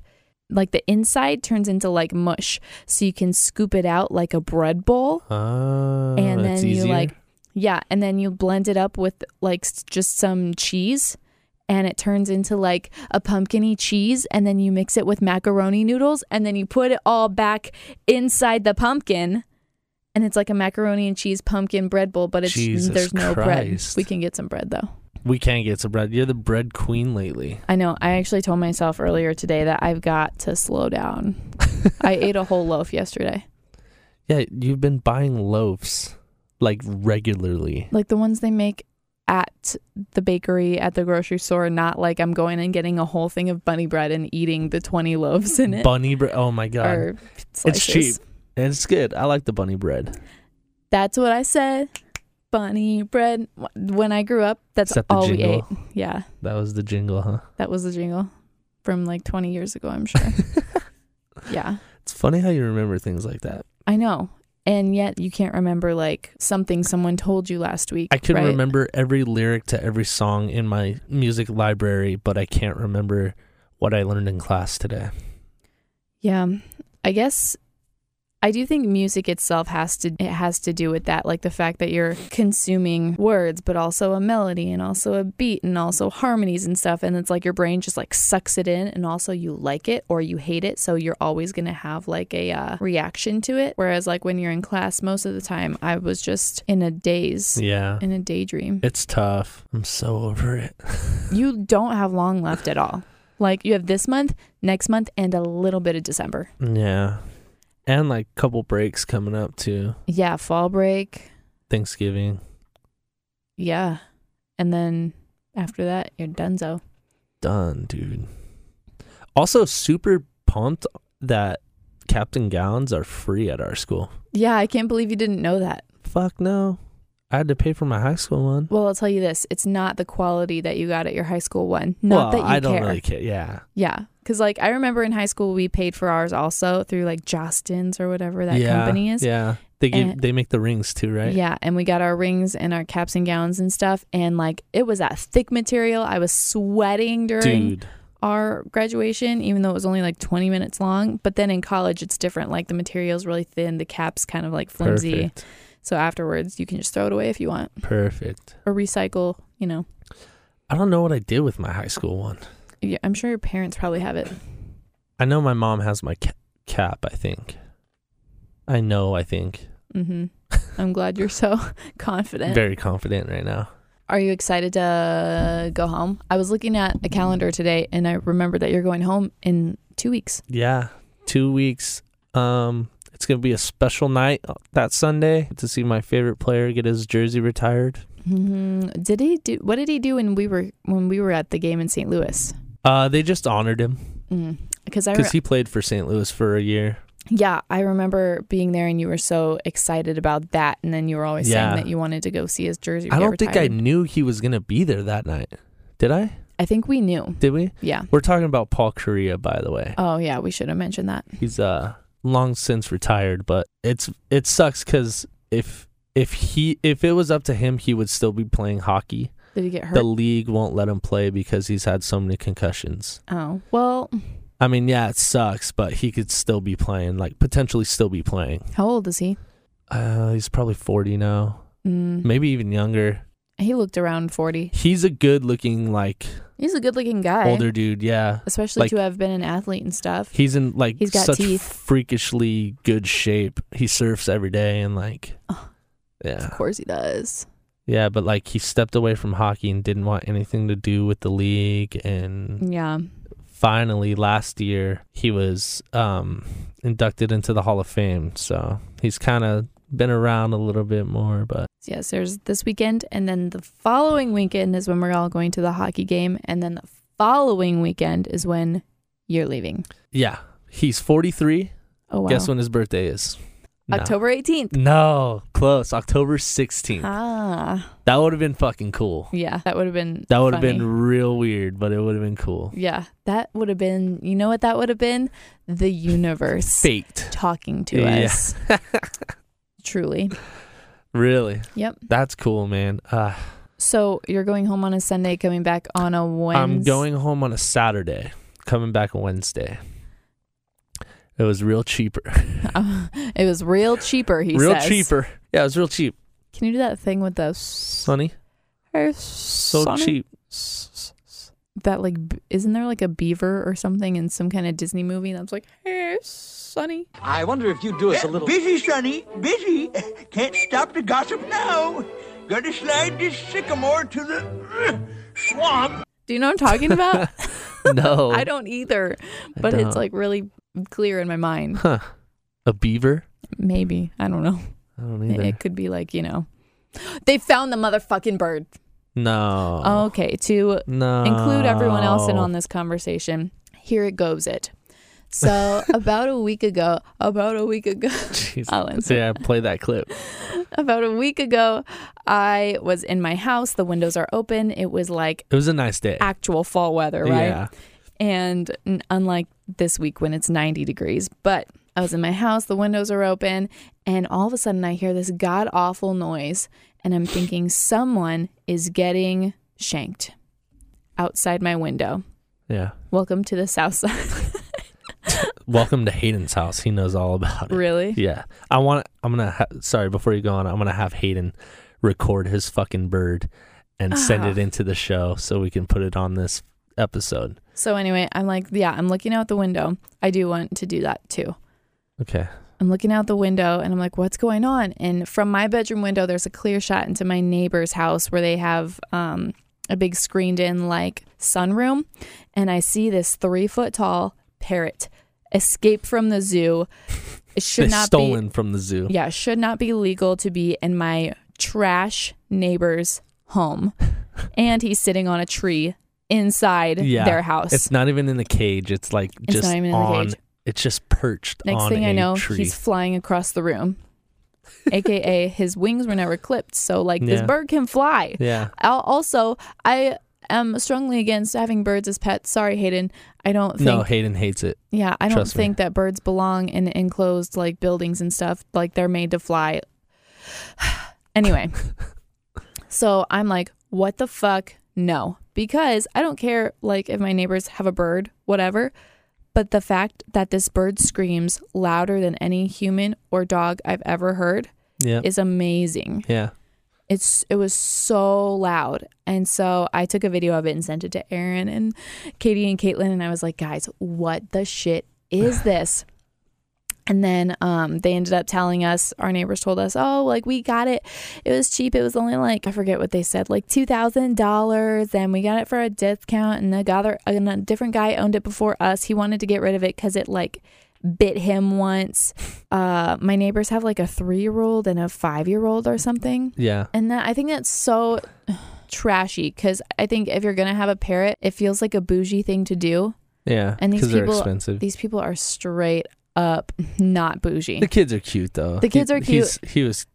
[SPEAKER 2] like the inside turns into like mush. So you can scoop it out like a bread bowl.
[SPEAKER 1] Oh,
[SPEAKER 2] and
[SPEAKER 1] it's
[SPEAKER 2] then you,
[SPEAKER 1] easier?
[SPEAKER 2] like- Yeah, and then you blend it up with like s- just some cheese and it turns into like a pumpkiny cheese and then you mix it with macaroni noodles and then you put it all back inside the pumpkin and it's like a macaroni and cheese pumpkin bread bowl but it's
[SPEAKER 1] Jesus
[SPEAKER 2] there's no bread.
[SPEAKER 1] Christ.
[SPEAKER 2] We can get some bread though.
[SPEAKER 1] we can get some bread. You're the bread queen lately.
[SPEAKER 2] I know. I actually told myself earlier today that I've got to slow down. I ate a whole loaf yesterday.
[SPEAKER 1] Yeah, you've been buying loaves like regularly.
[SPEAKER 2] Like the ones they make at the bakery, at the grocery store, not like I'm going and getting a whole thing of bunny bread and eating the 20 loaves in it.
[SPEAKER 1] Bunny bread. Oh my god,
[SPEAKER 2] or
[SPEAKER 1] it's
[SPEAKER 2] slices.
[SPEAKER 1] cheap and it's good. I like the bunny bread.
[SPEAKER 2] That's what I said. Bunny bread. When I grew up, that's
[SPEAKER 1] Except the
[SPEAKER 2] all we ate.
[SPEAKER 1] jingle.
[SPEAKER 2] Yeah,
[SPEAKER 1] That was the jingle, huh?
[SPEAKER 2] that was the jingle from like 20 years ago, I'm sure. yeah,
[SPEAKER 1] It's funny how you remember things like that.
[SPEAKER 2] I know. And yet you can't remember like something someone told you last week.
[SPEAKER 1] I can
[SPEAKER 2] right?
[SPEAKER 1] remember every lyric to every song in my music library, but I can't remember what I learned in class today.
[SPEAKER 2] Yeah. I guess I do think music itself has to it has to do with that, like the fact that you're consuming words, but also a melody and also a beat and also harmonies and stuff, and it's like your brain just like sucks it in, and also you like it or you hate it, so you're always gonna have like a uh, reaction to it. Whereas like when you're in class, most of the time I was just in a daze,
[SPEAKER 1] Yeah.
[SPEAKER 2] in a daydream.
[SPEAKER 1] It's tough. I'm so over it.
[SPEAKER 2] You don't have long left at all. Like you have this month, next month, and a little bit of December.
[SPEAKER 1] Yeah. And like couple breaks coming up too.
[SPEAKER 2] Yeah, fall break.
[SPEAKER 1] Thanksgiving.
[SPEAKER 2] Yeah. And then after that, you're donezo.
[SPEAKER 1] Done, dude. Also super pumped that Captain Gowns are free at our school.
[SPEAKER 2] Yeah, I can't believe you didn't know that.
[SPEAKER 1] Fuck no. I had to pay for my high school one.
[SPEAKER 2] Well, I'll tell you this it's not the quality that you got at your high school one. Not that
[SPEAKER 1] well,
[SPEAKER 2] you
[SPEAKER 1] I don't
[SPEAKER 2] care.
[SPEAKER 1] really care. Yeah.
[SPEAKER 2] Yeah. Because, like, I remember in high school, we paid for ours also through, like, Jostins or whatever that
[SPEAKER 1] yeah,
[SPEAKER 2] company is.
[SPEAKER 1] Yeah. They give
[SPEAKER 2] And-
[SPEAKER 1] they make the rings too, right?
[SPEAKER 2] Yeah, and we got our rings and our caps and gowns and stuff, and like it was that thick material. I was sweating during
[SPEAKER 1] Dude.
[SPEAKER 2] our graduation, even though it was only like 20 minutes long. But then in college, it's different. Like the material's really thin, the cap's kind of like flimsy.
[SPEAKER 1] Perfect.
[SPEAKER 2] So afterwards, you can just throw it away if you want
[SPEAKER 1] Perfect.
[SPEAKER 2] or recycle, you know.
[SPEAKER 1] I don't know what I did with my high school one.
[SPEAKER 2] Yeah, I'm sure your parents probably have it.
[SPEAKER 1] I know my mom has my ca- cap, I think. I know, I think.
[SPEAKER 2] hmm I'm glad you're so confident.
[SPEAKER 1] Very confident right now.
[SPEAKER 2] Are you excited to go home? I was looking at a calendar today and I remember that you're going home in two weeks.
[SPEAKER 1] Yeah, two weeks. Um, it's gonna be a special night uh, that Sunday to see my favorite player get his jersey retired.
[SPEAKER 2] hmm Did he do what did he do when we were when we were at the game in St. Louis?
[SPEAKER 1] Uh, they just honored him
[SPEAKER 2] Because I re-
[SPEAKER 1] because he played for St. Louis for a year.
[SPEAKER 2] yeah I remember being there and you were so excited about that and then you were always
[SPEAKER 1] Yeah.
[SPEAKER 2] saying that you wanted to go see his jersey.
[SPEAKER 1] I
[SPEAKER 2] get
[SPEAKER 1] don't think I
[SPEAKER 2] retired.
[SPEAKER 1] knew he was gonna be there that night. Did I?
[SPEAKER 2] I think we knew.
[SPEAKER 1] Did we?
[SPEAKER 2] Yeah.
[SPEAKER 1] We're talking about Paul Correa, by the way.
[SPEAKER 2] Oh yeah, we should have mentioned that.
[SPEAKER 1] He's uh long since retired, but it's it sucks because if if he if it was up to him, he would still be playing hockey.
[SPEAKER 2] Did he get hurt?
[SPEAKER 1] The league won't let him play because he's had so many concussions.
[SPEAKER 2] oh well,
[SPEAKER 1] I mean, yeah, it sucks, but he could still be playing, like potentially still be playing.
[SPEAKER 2] how old is he?
[SPEAKER 1] Uh, he's probably 40 now,
[SPEAKER 2] Mm,
[SPEAKER 1] maybe even younger.
[SPEAKER 2] he looked around forty.
[SPEAKER 1] He's a good looking, like,
[SPEAKER 2] He's a good-looking guy,
[SPEAKER 1] older dude. Yeah.
[SPEAKER 2] especially
[SPEAKER 1] like-
[SPEAKER 2] to have been an athlete and stuff.
[SPEAKER 1] He's in, like,
[SPEAKER 2] He's got
[SPEAKER 1] such
[SPEAKER 2] teeth.
[SPEAKER 1] freakishly good shape. He surfs every day and, like,
[SPEAKER 2] Oh. Of
[SPEAKER 1] yeah.
[SPEAKER 2] course he does.
[SPEAKER 1] Yeah, but, like, he stepped away from hockey and didn't want anything to do with the league. And
[SPEAKER 2] Yeah.
[SPEAKER 1] finally, last year, he was um, inducted into the Hall of Fame. So he's kind of been around a little bit more, but.
[SPEAKER 2] Yes, there's this weekend, and then the following weekend is when we're all going to the hockey game, and then the following weekend is when you're leaving.
[SPEAKER 1] Yeah. He's 43.
[SPEAKER 2] Oh wow!
[SPEAKER 1] Guess when his birthday is? No.
[SPEAKER 2] October eighteenth.
[SPEAKER 1] No, close. October 16th.
[SPEAKER 2] Ah,
[SPEAKER 1] That would have been fucking cool.
[SPEAKER 2] yeah, that would have been.
[SPEAKER 1] That would have
[SPEAKER 2] funny.
[SPEAKER 1] been real weird, but it would have been cool.
[SPEAKER 2] Yeah, that would have been. You know what that would have been? The universe.
[SPEAKER 1] Faked.
[SPEAKER 2] talking to
[SPEAKER 1] Yeah.
[SPEAKER 2] us. Truly.
[SPEAKER 1] Really?
[SPEAKER 2] Yep.
[SPEAKER 1] That's cool, man. Uh,
[SPEAKER 2] So you're going home on a Sunday, coming back on a Wednesday.
[SPEAKER 1] I'm going home on a Saturday, coming back on Wednesday. It was real cheaper.
[SPEAKER 2] it was real cheaper. He
[SPEAKER 1] real
[SPEAKER 2] says.
[SPEAKER 1] cheaper. Yeah, it was real cheap.
[SPEAKER 2] Can you do that thing with the s-
[SPEAKER 1] Sonny.
[SPEAKER 2] or
[SPEAKER 1] So
[SPEAKER 2] sonic?
[SPEAKER 1] cheap.
[SPEAKER 2] That like b- isn't there like a beaver or something in some kind of Disney movie that's like hey Sonny?
[SPEAKER 3] I wonder if you'd do us a little.
[SPEAKER 4] Eh, Busy, Sonny, busy. Can't stop the gossip now. Gonna slide this sycamore to the uh, swamp.
[SPEAKER 2] Do you know what I'm talking about?
[SPEAKER 1] No.
[SPEAKER 2] I don't either, but
[SPEAKER 1] don't.
[SPEAKER 2] it's like really clear in my mind.
[SPEAKER 1] Huh. A beaver?
[SPEAKER 2] Maybe I don't know.
[SPEAKER 1] I don't
[SPEAKER 2] It-
[SPEAKER 1] either.
[SPEAKER 2] It could be like you know, they found the motherfucking bird.
[SPEAKER 1] no.
[SPEAKER 2] Okay, to
[SPEAKER 1] No.
[SPEAKER 2] Oh, include everyone else
[SPEAKER 1] Oh.
[SPEAKER 2] in on this conversation. Here it goes it. So about a week ago, about a week ago,
[SPEAKER 1] Jeez.
[SPEAKER 2] I'll answer.
[SPEAKER 1] Yeah, play that clip.
[SPEAKER 2] about a week ago, I was in my house. The windows are open. It was like
[SPEAKER 1] It was a nice day.
[SPEAKER 2] actual fall weather, right?
[SPEAKER 1] Yeah.
[SPEAKER 2] And n- unlike this week when it's 90 degrees, but I was in my house, the windows are open, and all of a sudden I hear this god awful noise. And I'm thinking, someone is getting shanked outside my window.
[SPEAKER 1] Yeah.
[SPEAKER 2] Welcome to the South Side.
[SPEAKER 1] Welcome to Hayden's house. He knows all about it.
[SPEAKER 2] Really?
[SPEAKER 1] Yeah. I want. I'm gonna. Ha- sorry. Before you go on, I'm gonna have Hayden record his fucking bird and send
[SPEAKER 2] Ah.
[SPEAKER 1] it into the show so we can put it on this episode.
[SPEAKER 2] So anyway, I'm like, yeah, I'm looking out the window. I do want to do that too.
[SPEAKER 1] Okay.
[SPEAKER 2] I'm looking out the window and I'm like, what's going on? And from my bedroom window, there's a clear shot into my neighbor's house where they have um, a big screened in like sunroom. And I see this three foot tall parrot escape from the zoo. It should
[SPEAKER 1] It's
[SPEAKER 2] not be
[SPEAKER 1] stolen from the zoo.
[SPEAKER 2] yeah, it should not be legal to be in my trash neighbor's home. and he's sitting on a tree inside
[SPEAKER 1] Yeah,
[SPEAKER 2] their house.
[SPEAKER 1] It's not even in the cage. It's like
[SPEAKER 2] It's
[SPEAKER 1] just
[SPEAKER 2] not even in the
[SPEAKER 1] on.
[SPEAKER 2] cage.
[SPEAKER 1] It's just perched
[SPEAKER 2] Next
[SPEAKER 1] on
[SPEAKER 2] thing
[SPEAKER 1] a
[SPEAKER 2] I know,
[SPEAKER 1] tree.
[SPEAKER 2] he's flying across the room. AKA his wings were never clipped, so like this
[SPEAKER 1] Yeah.
[SPEAKER 2] bird can fly.
[SPEAKER 1] yeah.
[SPEAKER 2] Al Also, I am strongly against having birds as pets. Sorry, Hayden. I don't think
[SPEAKER 1] No, Hayden hates it.
[SPEAKER 2] yeah, I don't
[SPEAKER 1] Trust me.
[SPEAKER 2] think that birds belong in enclosed like buildings and stuff. Like they're made to fly. anyway, so I'm like, what the fuck? No, because I don't care like if my neighbors have a bird, whatever. But the fact that this bird screams louder than any human or dog I've ever heard
[SPEAKER 1] Yeah.
[SPEAKER 2] is amazing.
[SPEAKER 1] yeah.
[SPEAKER 2] It's it was so loud. And so I took a video of it and sent it to Aaron and Katie and Caitlin and I was like, guys, what the shit is this? And then um, they ended up telling us, our neighbors told us, oh, like we got it. It was cheap. It was only like, I forget what they said, like $2,000. And we got it for a discount. And the other, and a different guy owned it before us. He wanted to get rid of it because it like bit him once. Uh, my neighbors have like a three year old and a five year old or something.
[SPEAKER 1] Yeah.
[SPEAKER 2] And that I think that's so trashy because I think if you're gonna have a parrot, it feels like a bougie thing to do.
[SPEAKER 1] Yeah.
[SPEAKER 2] And these
[SPEAKER 1] Because they're
[SPEAKER 2] people-
[SPEAKER 1] expensive.
[SPEAKER 2] These people are straight up not bougie.
[SPEAKER 1] The kids are cute though.
[SPEAKER 2] The kids are
[SPEAKER 1] he's- He was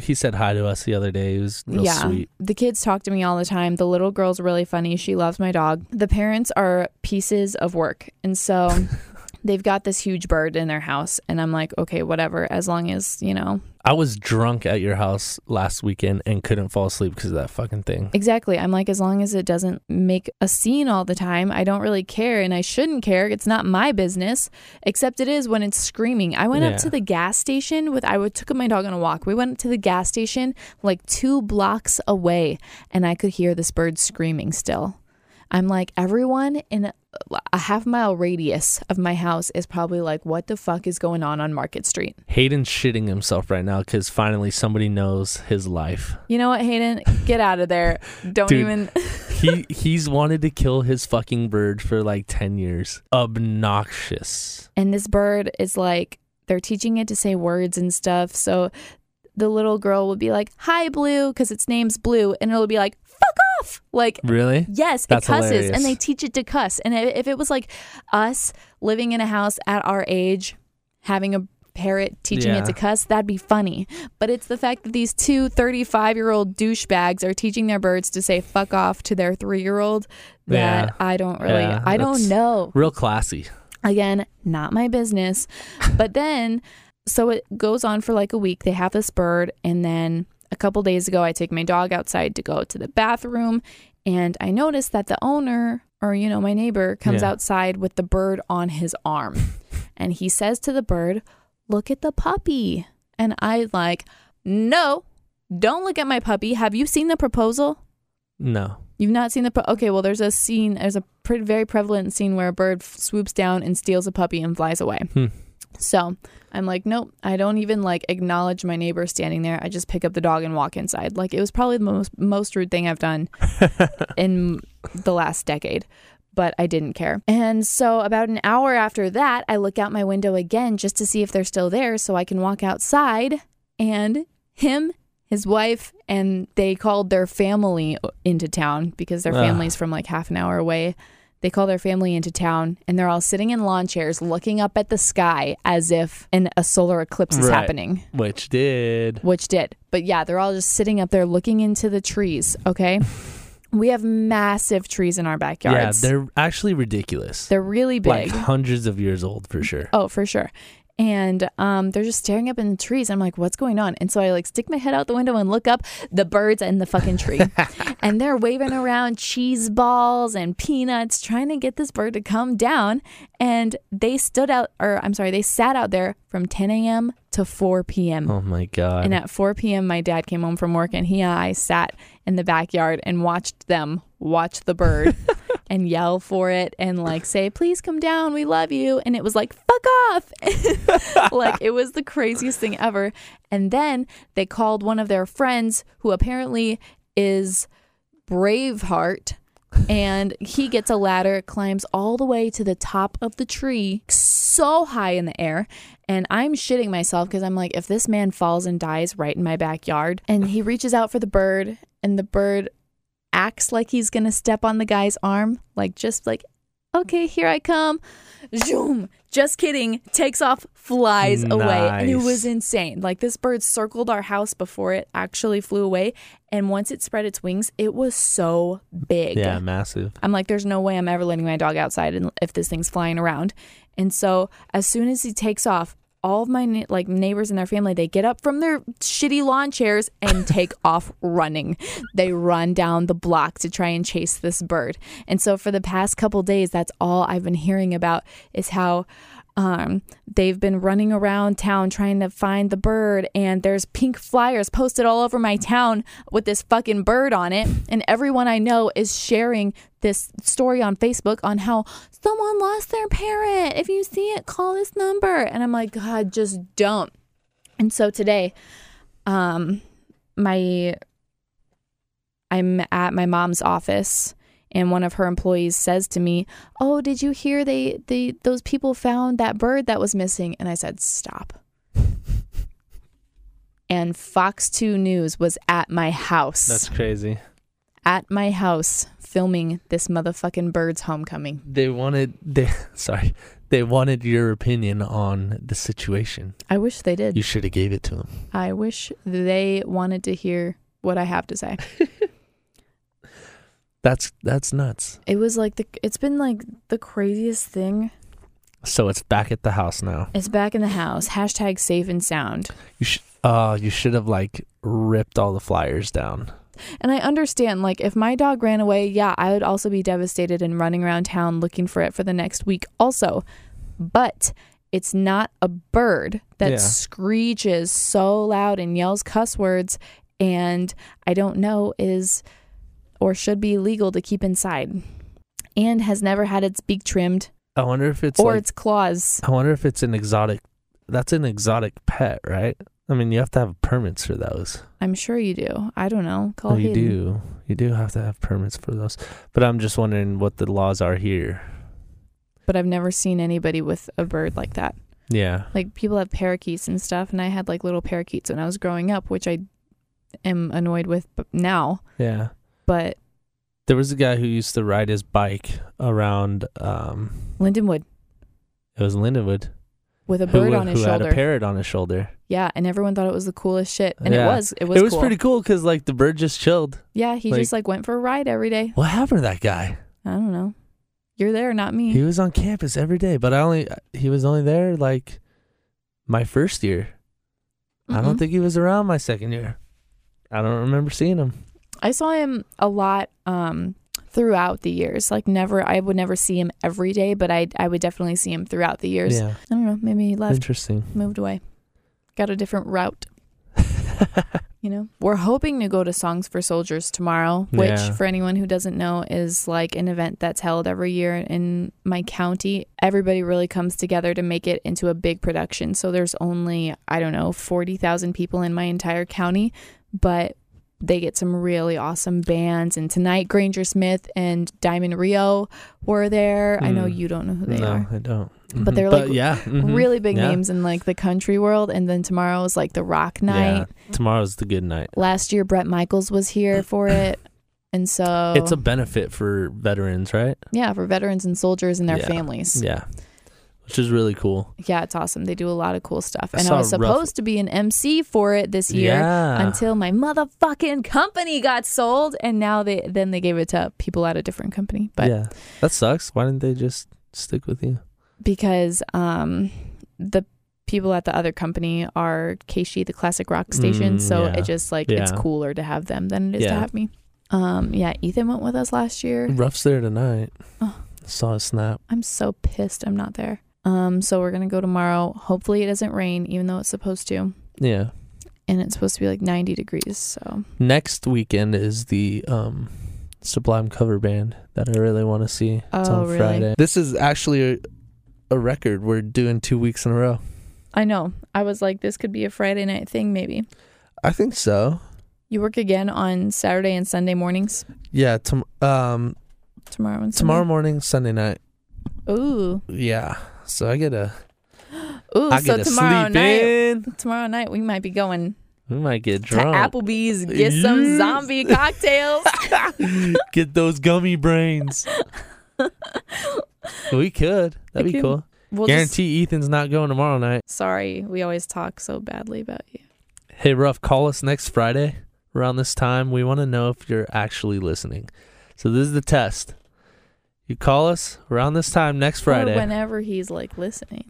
[SPEAKER 1] he said hi to us the other day. He was real sweet.
[SPEAKER 2] The kids talk to me all the time. The little girl's really funny. She loves my dog. The parents are pieces of work. And so they've got this huge bird in their house. And I'm like, okay, whatever, as long as, you know,
[SPEAKER 1] I was drunk at your house last weekend and couldn't fall asleep because of that fucking thing.
[SPEAKER 2] Exactly. I'm like, as long as it doesn't make a scene all the time, I don't really care and I shouldn't care. It's not my business, except it is when it's screaming. I went
[SPEAKER 1] Yeah.
[SPEAKER 2] up to the gas station with, I would- took my dog on a walk. We went to the gas station like two blocks away and I could hear this bird screaming still. I'm like, everyone in a half mile radius of my house is probably like, what the fuck is going on on Market Street?
[SPEAKER 1] Hayden's shitting himself right now because finally somebody knows his life.
[SPEAKER 2] You know what, Hayden? Get out of there. Don't
[SPEAKER 1] Dude.
[SPEAKER 2] even.
[SPEAKER 1] He he's wanted to kill his fucking bird for like ten years. Obnoxious.
[SPEAKER 2] and this bird is like they're teaching it to say words and stuff so the little girl will be like hi blue because its name's blue and it'll be like fuck off like
[SPEAKER 1] Really?
[SPEAKER 2] yes
[SPEAKER 1] That's
[SPEAKER 2] it cusses
[SPEAKER 1] hilarious.
[SPEAKER 2] and they teach it to cuss and i- if it was like us living in a house at our age having a parrot teaching
[SPEAKER 1] Yeah.
[SPEAKER 2] it to cuss that'd be funny but it's the fact that these two 35 year old douchebags are teaching their birds to say fuck off to their three year old that
[SPEAKER 1] Yeah.
[SPEAKER 2] i don't really
[SPEAKER 1] Yeah,
[SPEAKER 2] i don't
[SPEAKER 1] that's-
[SPEAKER 2] know
[SPEAKER 1] Real classy.
[SPEAKER 2] Again, not my business. But then, so it goes on for like a week. They have this bird. And then a couple days ago, I take my dog outside to go to the bathroom. And I notice that the owner, or, you know, my neighbor, comes
[SPEAKER 1] Yeah.
[SPEAKER 2] outside with the bird on his arm. and he says to the bird, Look at the puppy. And I like, No, don't look at my puppy. Have you seen the proposal?
[SPEAKER 1] No.
[SPEAKER 2] You've not seen the pu- okay. Well, there's a scene. There's a pre- very prevalent scene where a bird f- swoops down and steals a puppy and flies away.
[SPEAKER 1] Hmm.
[SPEAKER 2] So I'm like, nope. I don't even like acknowledge my neighbor standing there. I just pick up the dog and walk inside. Like it was probably the most most rude thing I've done in the last decade. But I didn't care. And so, about an hour after that, I look out my window again just to see if they're still there so I can walk outside. And him his wife and they called their family into town because their
[SPEAKER 1] Ugh.
[SPEAKER 2] family's from like half an hour away. They call their family into town and they're all sitting in lawn chairs looking up at the sky as if an, a solar eclipse is
[SPEAKER 1] Right.
[SPEAKER 2] happening,
[SPEAKER 1] Which did.
[SPEAKER 2] which did. But yeah, they're all just sitting up there looking into the trees, okay? we have massive trees in our
[SPEAKER 1] Yeah,
[SPEAKER 2] backyards.
[SPEAKER 1] they're actually ridiculous.
[SPEAKER 2] they're really
[SPEAKER 1] like
[SPEAKER 2] big.
[SPEAKER 1] hundreds of years old for sure.
[SPEAKER 2] Oh, for sure. and um, they're just staring up in the trees. I'm like, what's going on? And so I like stick my head out the window and look up the birds and the fucking tree. and they're waving around cheese balls and peanuts trying to get this bird to come down. And they stood out, or I'm sorry, they sat out there from 10 a.m. to 4 p.m.
[SPEAKER 1] Oh my god.
[SPEAKER 2] And at 4 p.m., my dad came home from work and he and I sat in the backyard and watched them watch the bird and yell for it and like say, please come down. We love you. And it was like, fuck off. like it was the craziest thing ever. And then they called one of their friends who apparently is Braveheart. And he gets a ladder, climbs all the way to the top of the tree, so high in the air. And I'm shitting myself because I'm like, if this man falls and dies right in my backyard, and he reaches out for the bird, and the bird acts like he's gonna step on the guy's arm, like just like, okay, here I come. Zoom. Just kidding. Takes off, flies away. And it
[SPEAKER 1] Nice.
[SPEAKER 2] was insane. Like this bird circled our house before it actually flew away. And once it spread its wings, it was so big.
[SPEAKER 1] yeah, massive.
[SPEAKER 2] I'm like, there's no way I'm ever letting my dog outside and- if this thing's flying around. And so as soon as he takes off, all of my ne- like neighbors and their family, they get up from their shitty lawn chairs and take off running. They run down the block to try and chase this bird. And so for the past couple days, that's all I've been hearing about is how um, they've been running around town trying to find the bird, and there's pink flyers posted all over my town with this fucking bird on it. And everyone I know is sharing this story on Facebook on how someone lost their parrot. If you see it, call this number. And I'm like, God, just don't. And so today, um, my I'm at my mom's office and one of her employees says to me, "Oh, did you hear they they those people found that bird that was missing?" And I said, "Stop." and Fox 2 News was at my house.
[SPEAKER 1] That's crazy.
[SPEAKER 2] at my house filming this motherfucking bird's homecoming.
[SPEAKER 1] They wanted they sorry. They wanted your opinion on the situation.
[SPEAKER 2] I wish they did.
[SPEAKER 1] You should have gave it to them.
[SPEAKER 2] I wish they wanted to hear what I have to say.
[SPEAKER 1] That's that's nuts.
[SPEAKER 2] It was like the it's been like the craziest thing.
[SPEAKER 1] So it's back at the house now.
[SPEAKER 2] It's back in the house. Hashtag safe and sound.
[SPEAKER 1] You should uh you should have like ripped all the flyers down.
[SPEAKER 2] And I understand, like, if my dog ran away, yeah, I would also be devastated and running around town looking for it for the next week, also. But it's not a bird that
[SPEAKER 1] Yeah.
[SPEAKER 2] screeches so loud and yells cuss words, and I don't know is or should be illegal to keep inside, and has never had its beak trimmed
[SPEAKER 1] I wonder if it's
[SPEAKER 2] or
[SPEAKER 1] like
[SPEAKER 2] its claws.
[SPEAKER 1] I wonder if it's an exotic that's an exotic pet, right? I mean you have to have permits for those.
[SPEAKER 2] I'm sure you do. I don't know. Call
[SPEAKER 1] Oh, you
[SPEAKER 2] Hayden.
[SPEAKER 1] do. You do have to have permits for those. But I'm just wondering what the laws are here.
[SPEAKER 2] But I've never seen anybody with a bird like that.
[SPEAKER 1] Yeah.
[SPEAKER 2] like people have parakeets and stuff and i had like little parakeets when i was growing up which i am annoyed with b- now
[SPEAKER 1] Yeah.
[SPEAKER 2] but
[SPEAKER 1] There was a guy who used to ride his bike around um
[SPEAKER 2] lindenwood it
[SPEAKER 1] it was Lindenwood.
[SPEAKER 2] with a
[SPEAKER 1] who,
[SPEAKER 2] bird on his
[SPEAKER 1] who had
[SPEAKER 2] shoulder
[SPEAKER 1] a parrot on his shoulder.
[SPEAKER 2] yeah and everyone thought it was the coolest shit and it
[SPEAKER 1] Yeah.
[SPEAKER 2] was it was,
[SPEAKER 1] it was
[SPEAKER 2] cool.
[SPEAKER 1] pretty cool because like the bird just chilled.
[SPEAKER 2] yeah he
[SPEAKER 1] like-
[SPEAKER 2] just like went for a ride every day
[SPEAKER 1] What happened to that guy?
[SPEAKER 2] i don't know you're there not me
[SPEAKER 1] He was on campus every day, but I only he was only there like my first year. I don't
[SPEAKER 2] Mm-mm.
[SPEAKER 1] think he was around my second year. I don't remember seeing him.
[SPEAKER 2] i saw him a lot um throughout the years like never i would never see him every day but i i would definitely see him throughout the years
[SPEAKER 1] yeah,
[SPEAKER 2] i don't know maybe he left
[SPEAKER 1] interesting.
[SPEAKER 2] moved away got a different route you know we're hoping to go to songs for soldiers tomorrow which
[SPEAKER 1] Yeah.
[SPEAKER 2] for anyone who doesn't know is like an event that's held every year in my county everybody really comes together to make it into a big production so there's only i don't know 40,000 people in my entire county but they get some really awesome bands and tonight Granger Smith and Diamond Rio were there I know
[SPEAKER 1] Mm.
[SPEAKER 2] you don't know who they
[SPEAKER 1] no,
[SPEAKER 2] are
[SPEAKER 1] I don't.
[SPEAKER 2] But
[SPEAKER 1] Mhm.
[SPEAKER 2] they're, like,
[SPEAKER 1] yeah, mhm.
[SPEAKER 2] really big
[SPEAKER 1] Yeah.
[SPEAKER 2] names in like the country world and then tomorrow is like the rock night
[SPEAKER 1] Yeah, tomorrow's the good night.
[SPEAKER 2] last year Brett Michaels was here for it. And so
[SPEAKER 1] Mm. It's a benefit for veterans, right?
[SPEAKER 2] yeah, for veterans and soldiers and their
[SPEAKER 1] Yeah.
[SPEAKER 2] families.
[SPEAKER 1] Yeah, which is really cool.
[SPEAKER 2] Yeah, it's awesome. They do a lot of cool stuff.
[SPEAKER 1] I
[SPEAKER 2] And I,
[SPEAKER 1] saw
[SPEAKER 2] was
[SPEAKER 1] Ruff-
[SPEAKER 2] supposed to be an MC for it this year
[SPEAKER 1] yeah,
[SPEAKER 2] until my motherfucking company got sold and now they then they gave it to people at a different company. But
[SPEAKER 1] yeah, that sucks. Why didn't they just stick with you?
[SPEAKER 2] because um the people at the other company are Keishi, the classic rock station.
[SPEAKER 1] Mm,
[SPEAKER 2] so
[SPEAKER 1] yeah.
[SPEAKER 2] it just like it's
[SPEAKER 1] Yeah.
[SPEAKER 2] cooler to have them than it is to
[SPEAKER 1] Yeah.
[SPEAKER 2] have me. Um, yeah, Ethan went with us last year.
[SPEAKER 1] Ruff's there tonight.
[SPEAKER 2] Oh.
[SPEAKER 1] Saw a snap.
[SPEAKER 2] I'm so pissed I'm not there. Um, so we're gonna go tomorrow. Hopefully it doesn't rain, even though it's supposed to,
[SPEAKER 1] Yeah.
[SPEAKER 2] and it's supposed to be like 90 degrees. So
[SPEAKER 1] Next weekend is the um, Sublime cover band that I really want to see. It's
[SPEAKER 2] Oh,
[SPEAKER 1] on
[SPEAKER 2] really?
[SPEAKER 1] Friday. This is actually a, a record we're doing two weeks in a row.
[SPEAKER 2] I know. I was like, this could be a Friday night thing, maybe.
[SPEAKER 1] I think so.
[SPEAKER 2] You work again on Saturday and Sunday mornings
[SPEAKER 1] Yeah. Tom- um,
[SPEAKER 2] tomorrow and
[SPEAKER 1] tomorrow morning, Sunday night.
[SPEAKER 2] Sunday? Ooh,
[SPEAKER 1] Yeah. So I get a.
[SPEAKER 2] ooh.
[SPEAKER 1] I
[SPEAKER 2] so
[SPEAKER 1] get to
[SPEAKER 2] tomorrow
[SPEAKER 1] sleep
[SPEAKER 2] night,
[SPEAKER 1] in.
[SPEAKER 2] tomorrow night we might be going
[SPEAKER 1] We might get
[SPEAKER 2] to
[SPEAKER 1] drunk.
[SPEAKER 2] Applebee's get some
[SPEAKER 1] Yes.
[SPEAKER 2] zombie cocktails.
[SPEAKER 1] Get those gummy brains. we could. That'd be
[SPEAKER 2] We can-
[SPEAKER 1] cool.
[SPEAKER 2] We'll just-
[SPEAKER 1] Guarantee Ethan's not going tomorrow night.
[SPEAKER 2] sorry, we always talk so badly about you.
[SPEAKER 1] Hey, Ruff, call us next Friday around this time. We want to know if you're actually listening. So this is the test. You call us around this time next Friday.
[SPEAKER 2] Or whenever he's like listening.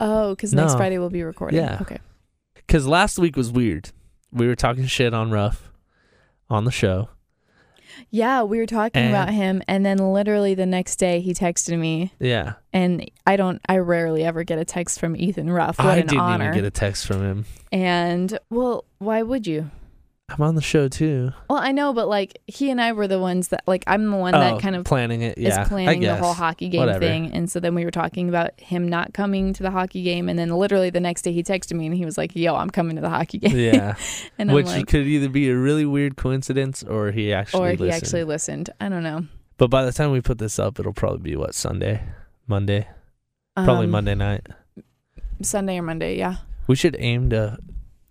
[SPEAKER 2] Oh, because next
[SPEAKER 1] No.
[SPEAKER 2] Friday we'll be recording.
[SPEAKER 1] Yeah.
[SPEAKER 2] Okay.
[SPEAKER 1] Because last week was weird. We were talking shit on Ruff on the show.
[SPEAKER 2] Yeah, we were talking
[SPEAKER 1] And-
[SPEAKER 2] about him, and then literally the next day he texted me,
[SPEAKER 1] Yeah.
[SPEAKER 2] and I don't, I rarely ever get a text from Ethan Ruff. What
[SPEAKER 1] I
[SPEAKER 2] an
[SPEAKER 1] didn't
[SPEAKER 2] honor!
[SPEAKER 1] even get a text from him.
[SPEAKER 2] And well, why would you?
[SPEAKER 1] I'm on the show too.
[SPEAKER 2] Well, I know, but like he and I were the ones that like I'm the one
[SPEAKER 1] Oh,
[SPEAKER 2] that kind of
[SPEAKER 1] planning it.
[SPEAKER 2] is
[SPEAKER 1] Yeah. I
[SPEAKER 2] planning the
[SPEAKER 1] guess.
[SPEAKER 2] whole hockey game
[SPEAKER 1] Whatever.
[SPEAKER 2] thing. And so then we were talking about him not coming to the hockey game, and then literally the next day he texted me and he was like, "Yo, I'm coming to the hockey game."
[SPEAKER 1] Yeah.
[SPEAKER 2] and I'm
[SPEAKER 1] Which
[SPEAKER 2] like,
[SPEAKER 1] could either be a really weird coincidence or he actually
[SPEAKER 2] or he
[SPEAKER 1] listened.
[SPEAKER 2] actually listened. I don't know.
[SPEAKER 1] But by the time we put this up, it'll probably be what Sunday, Monday, probably
[SPEAKER 2] Um,
[SPEAKER 1] Monday night.
[SPEAKER 2] Sunday or Monday. Yeah.
[SPEAKER 1] We should aim to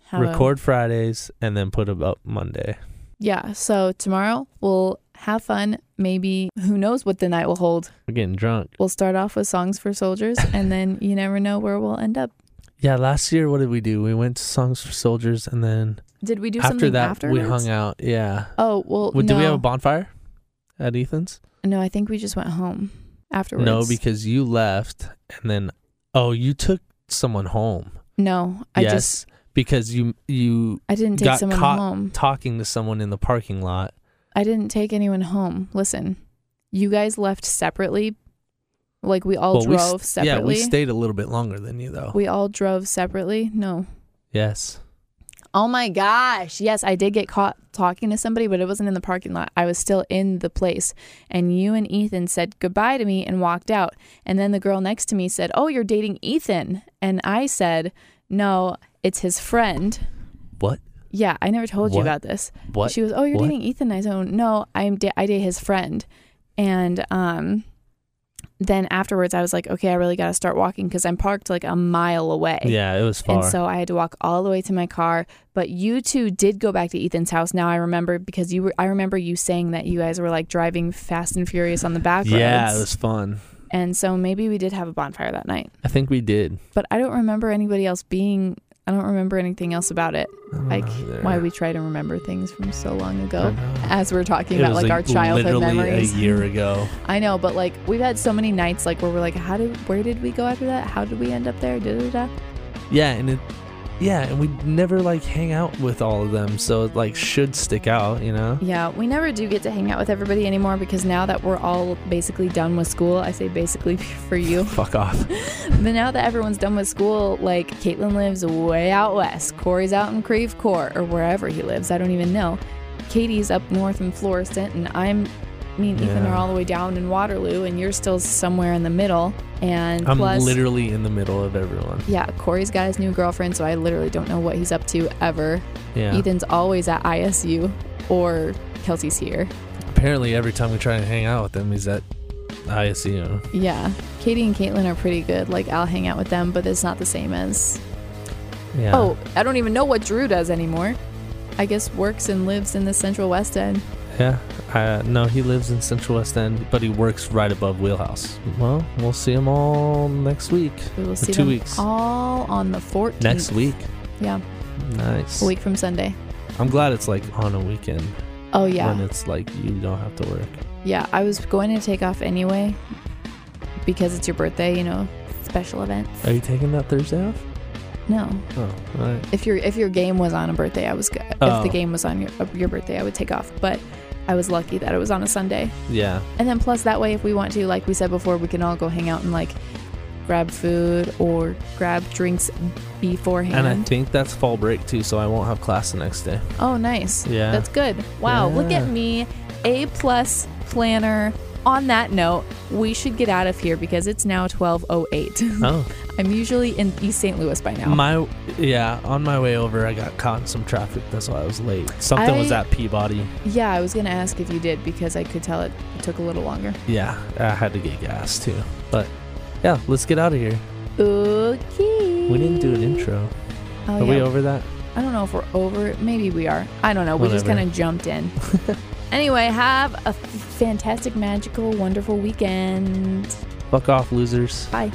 [SPEAKER 2] Have a-
[SPEAKER 1] record Fridays and then put them up Monday.
[SPEAKER 2] yeah. So tomorrow we'll have fun. Maybe who knows what the night will hold.
[SPEAKER 1] We're getting drunk.
[SPEAKER 2] We'll start off with songs for soldiers, and then you never know where we'll end up.
[SPEAKER 1] Yeah, last year what did we do? We went to Songs for Soldiers and then
[SPEAKER 2] Did we do
[SPEAKER 1] after
[SPEAKER 2] something
[SPEAKER 1] that
[SPEAKER 2] afterwards?
[SPEAKER 1] we hung out. Yeah.
[SPEAKER 2] Oh well,
[SPEAKER 1] Well,
[SPEAKER 2] no.
[SPEAKER 1] Did we have a bonfire at Ethan's?
[SPEAKER 2] no, I think we just went home afterwards.
[SPEAKER 1] No, because you left and then oh, you took someone home.
[SPEAKER 2] no, I
[SPEAKER 1] yes.
[SPEAKER 2] just
[SPEAKER 1] because you you
[SPEAKER 2] I didn't take
[SPEAKER 1] got
[SPEAKER 2] someone
[SPEAKER 1] caught
[SPEAKER 2] home.
[SPEAKER 1] talking to someone in the parking lot.
[SPEAKER 2] I didn't take anyone home. Listen, you guys left separately. Like we all
[SPEAKER 1] we
[SPEAKER 2] drove
[SPEAKER 1] st- Yeah,
[SPEAKER 2] separately.
[SPEAKER 1] we stayed a little bit longer than you though.
[SPEAKER 2] we all drove separately. No.
[SPEAKER 1] yes.
[SPEAKER 2] Oh my gosh. Yes, I did get caught talking to somebody, but it wasn't in the parking lot. I was still in the place. And you and Ethan said goodbye to me and walked out. And then the girl next to me said, Oh, you're dating Ethan. And I said, No, it's his friend.
[SPEAKER 1] What?
[SPEAKER 2] Yeah, I never told you
[SPEAKER 1] What?
[SPEAKER 2] about this.
[SPEAKER 1] What?
[SPEAKER 2] She was, "Oh, you're
[SPEAKER 1] What?
[SPEAKER 2] dating Ethan." I said, "Oh, "No, I'm da- I date his friend." And um, then afterwards, I was like, "Okay, I really got to start walking because I'm parked like a mile away."
[SPEAKER 1] Yeah, it was far.
[SPEAKER 2] And so I had to walk all the way to my car. But you two did go back to Ethan's house. Now I remember because you were. I remember you saying that you guys were like driving fast and furious on the back roads.
[SPEAKER 1] yeah, it was fun.
[SPEAKER 2] and so maybe we did have a bonfire that night.
[SPEAKER 1] I think we did.
[SPEAKER 2] But I don't remember anybody else being. I don't remember anything else about it.
[SPEAKER 1] Oh,
[SPEAKER 2] Like
[SPEAKER 1] either.
[SPEAKER 2] why we try to remember things from so long ago.
[SPEAKER 1] know.
[SPEAKER 2] As we're talking about like, our childhood
[SPEAKER 1] literally
[SPEAKER 2] memories.
[SPEAKER 1] a year ago.
[SPEAKER 2] I know, but like we've had so many nights like where we're like, how did where did we go after that? How did we end up there? Da da da.
[SPEAKER 1] Yeah, and it, yeah, and we never like hang out with all of them, so it like should stick out, you know.
[SPEAKER 2] Yeah, we never do get to hang out with everybody anymore because now that we're all basically done with school, I say basically for you,
[SPEAKER 1] Fuck off.
[SPEAKER 2] but now that everyone's done with school, like Caitlin lives way out west, Corey's out in Creve Coeur or wherever he lives, I don't even know. Katie's up north in Florissant, and I'm, me and Ethan
[SPEAKER 1] Yeah.
[SPEAKER 2] are all the way down in Waterloo, and you're still somewhere in the middle. And
[SPEAKER 1] I'm
[SPEAKER 2] plus,
[SPEAKER 1] literally in the middle of everyone.
[SPEAKER 2] yeah, Corey's got his new girlfriend, so I literally don't know what he's up to ever.
[SPEAKER 1] Yeah.
[SPEAKER 2] Ethan's always at ISU, or Kelsey's here.
[SPEAKER 1] Apparently, every time we try to hang out with them, he's at ISU.
[SPEAKER 2] Yeah, Katie and Caitlin are pretty good. Like I'll hang out with them, but it's not the same as.
[SPEAKER 1] Yeah.
[SPEAKER 2] Oh, I don't even know what Drew does anymore. I guess works and lives in the Central West End.
[SPEAKER 1] Yeah. Uh, no, he lives in Central West End, but he works right above Wheelhouse. Well, we'll see him all next week.
[SPEAKER 2] We will
[SPEAKER 1] In
[SPEAKER 2] see
[SPEAKER 1] two
[SPEAKER 2] them
[SPEAKER 1] weeks.
[SPEAKER 2] all on the 14th.
[SPEAKER 1] Next week.
[SPEAKER 2] Yeah,
[SPEAKER 1] Nice.
[SPEAKER 2] a week from Sunday.
[SPEAKER 1] I'm glad it's like on a weekend
[SPEAKER 2] Oh yeah,
[SPEAKER 1] when it's like you don't have to work.
[SPEAKER 2] yeah. I was going to take off anyway because it's your birthday. You know, special events.
[SPEAKER 1] Are you taking that Thursday off?
[SPEAKER 2] No.
[SPEAKER 1] Oh, all right.
[SPEAKER 2] If your if your game was on a birthday, I was good.
[SPEAKER 1] Oh.
[SPEAKER 2] If the game was on your uh, your birthday, I would take off. But I was lucky that it was on a Sunday.
[SPEAKER 1] Yeah.
[SPEAKER 2] And then plus that way, if we want to, like we said before, we can all go hang out and like grab food or grab drinks beforehand.
[SPEAKER 1] And I think that's fall break too, so I won't have class the next day.
[SPEAKER 2] oh, nice.
[SPEAKER 1] Yeah.
[SPEAKER 2] That's good. Wow. Look at
[SPEAKER 1] Yeah.
[SPEAKER 2] me, a plus planner. On that note, we should get out of here because it's now twelve oh eight.
[SPEAKER 1] Oh,
[SPEAKER 2] I'm usually in East St. Louis by now.
[SPEAKER 1] my yeah. On my way over, I got caught in some traffic. That's why I was late. Something was
[SPEAKER 2] I-
[SPEAKER 1] at Peabody.
[SPEAKER 2] yeah, I was gonna ask if you did because I could tell it took a little longer.
[SPEAKER 1] Yeah, I had to get gas too. But yeah, let's get out of here.
[SPEAKER 2] Okay.
[SPEAKER 1] We didn't do an intro.
[SPEAKER 2] Oh,
[SPEAKER 1] Are we
[SPEAKER 2] yeah.
[SPEAKER 1] over that?
[SPEAKER 2] I don't know if we're over it. Maybe we are. I don't know. We just
[SPEAKER 1] Whatever.
[SPEAKER 2] kind of jumped in. anyway, have a f- fantastic, magical, wonderful weekend.
[SPEAKER 1] Fuck off, losers.
[SPEAKER 2] Bye.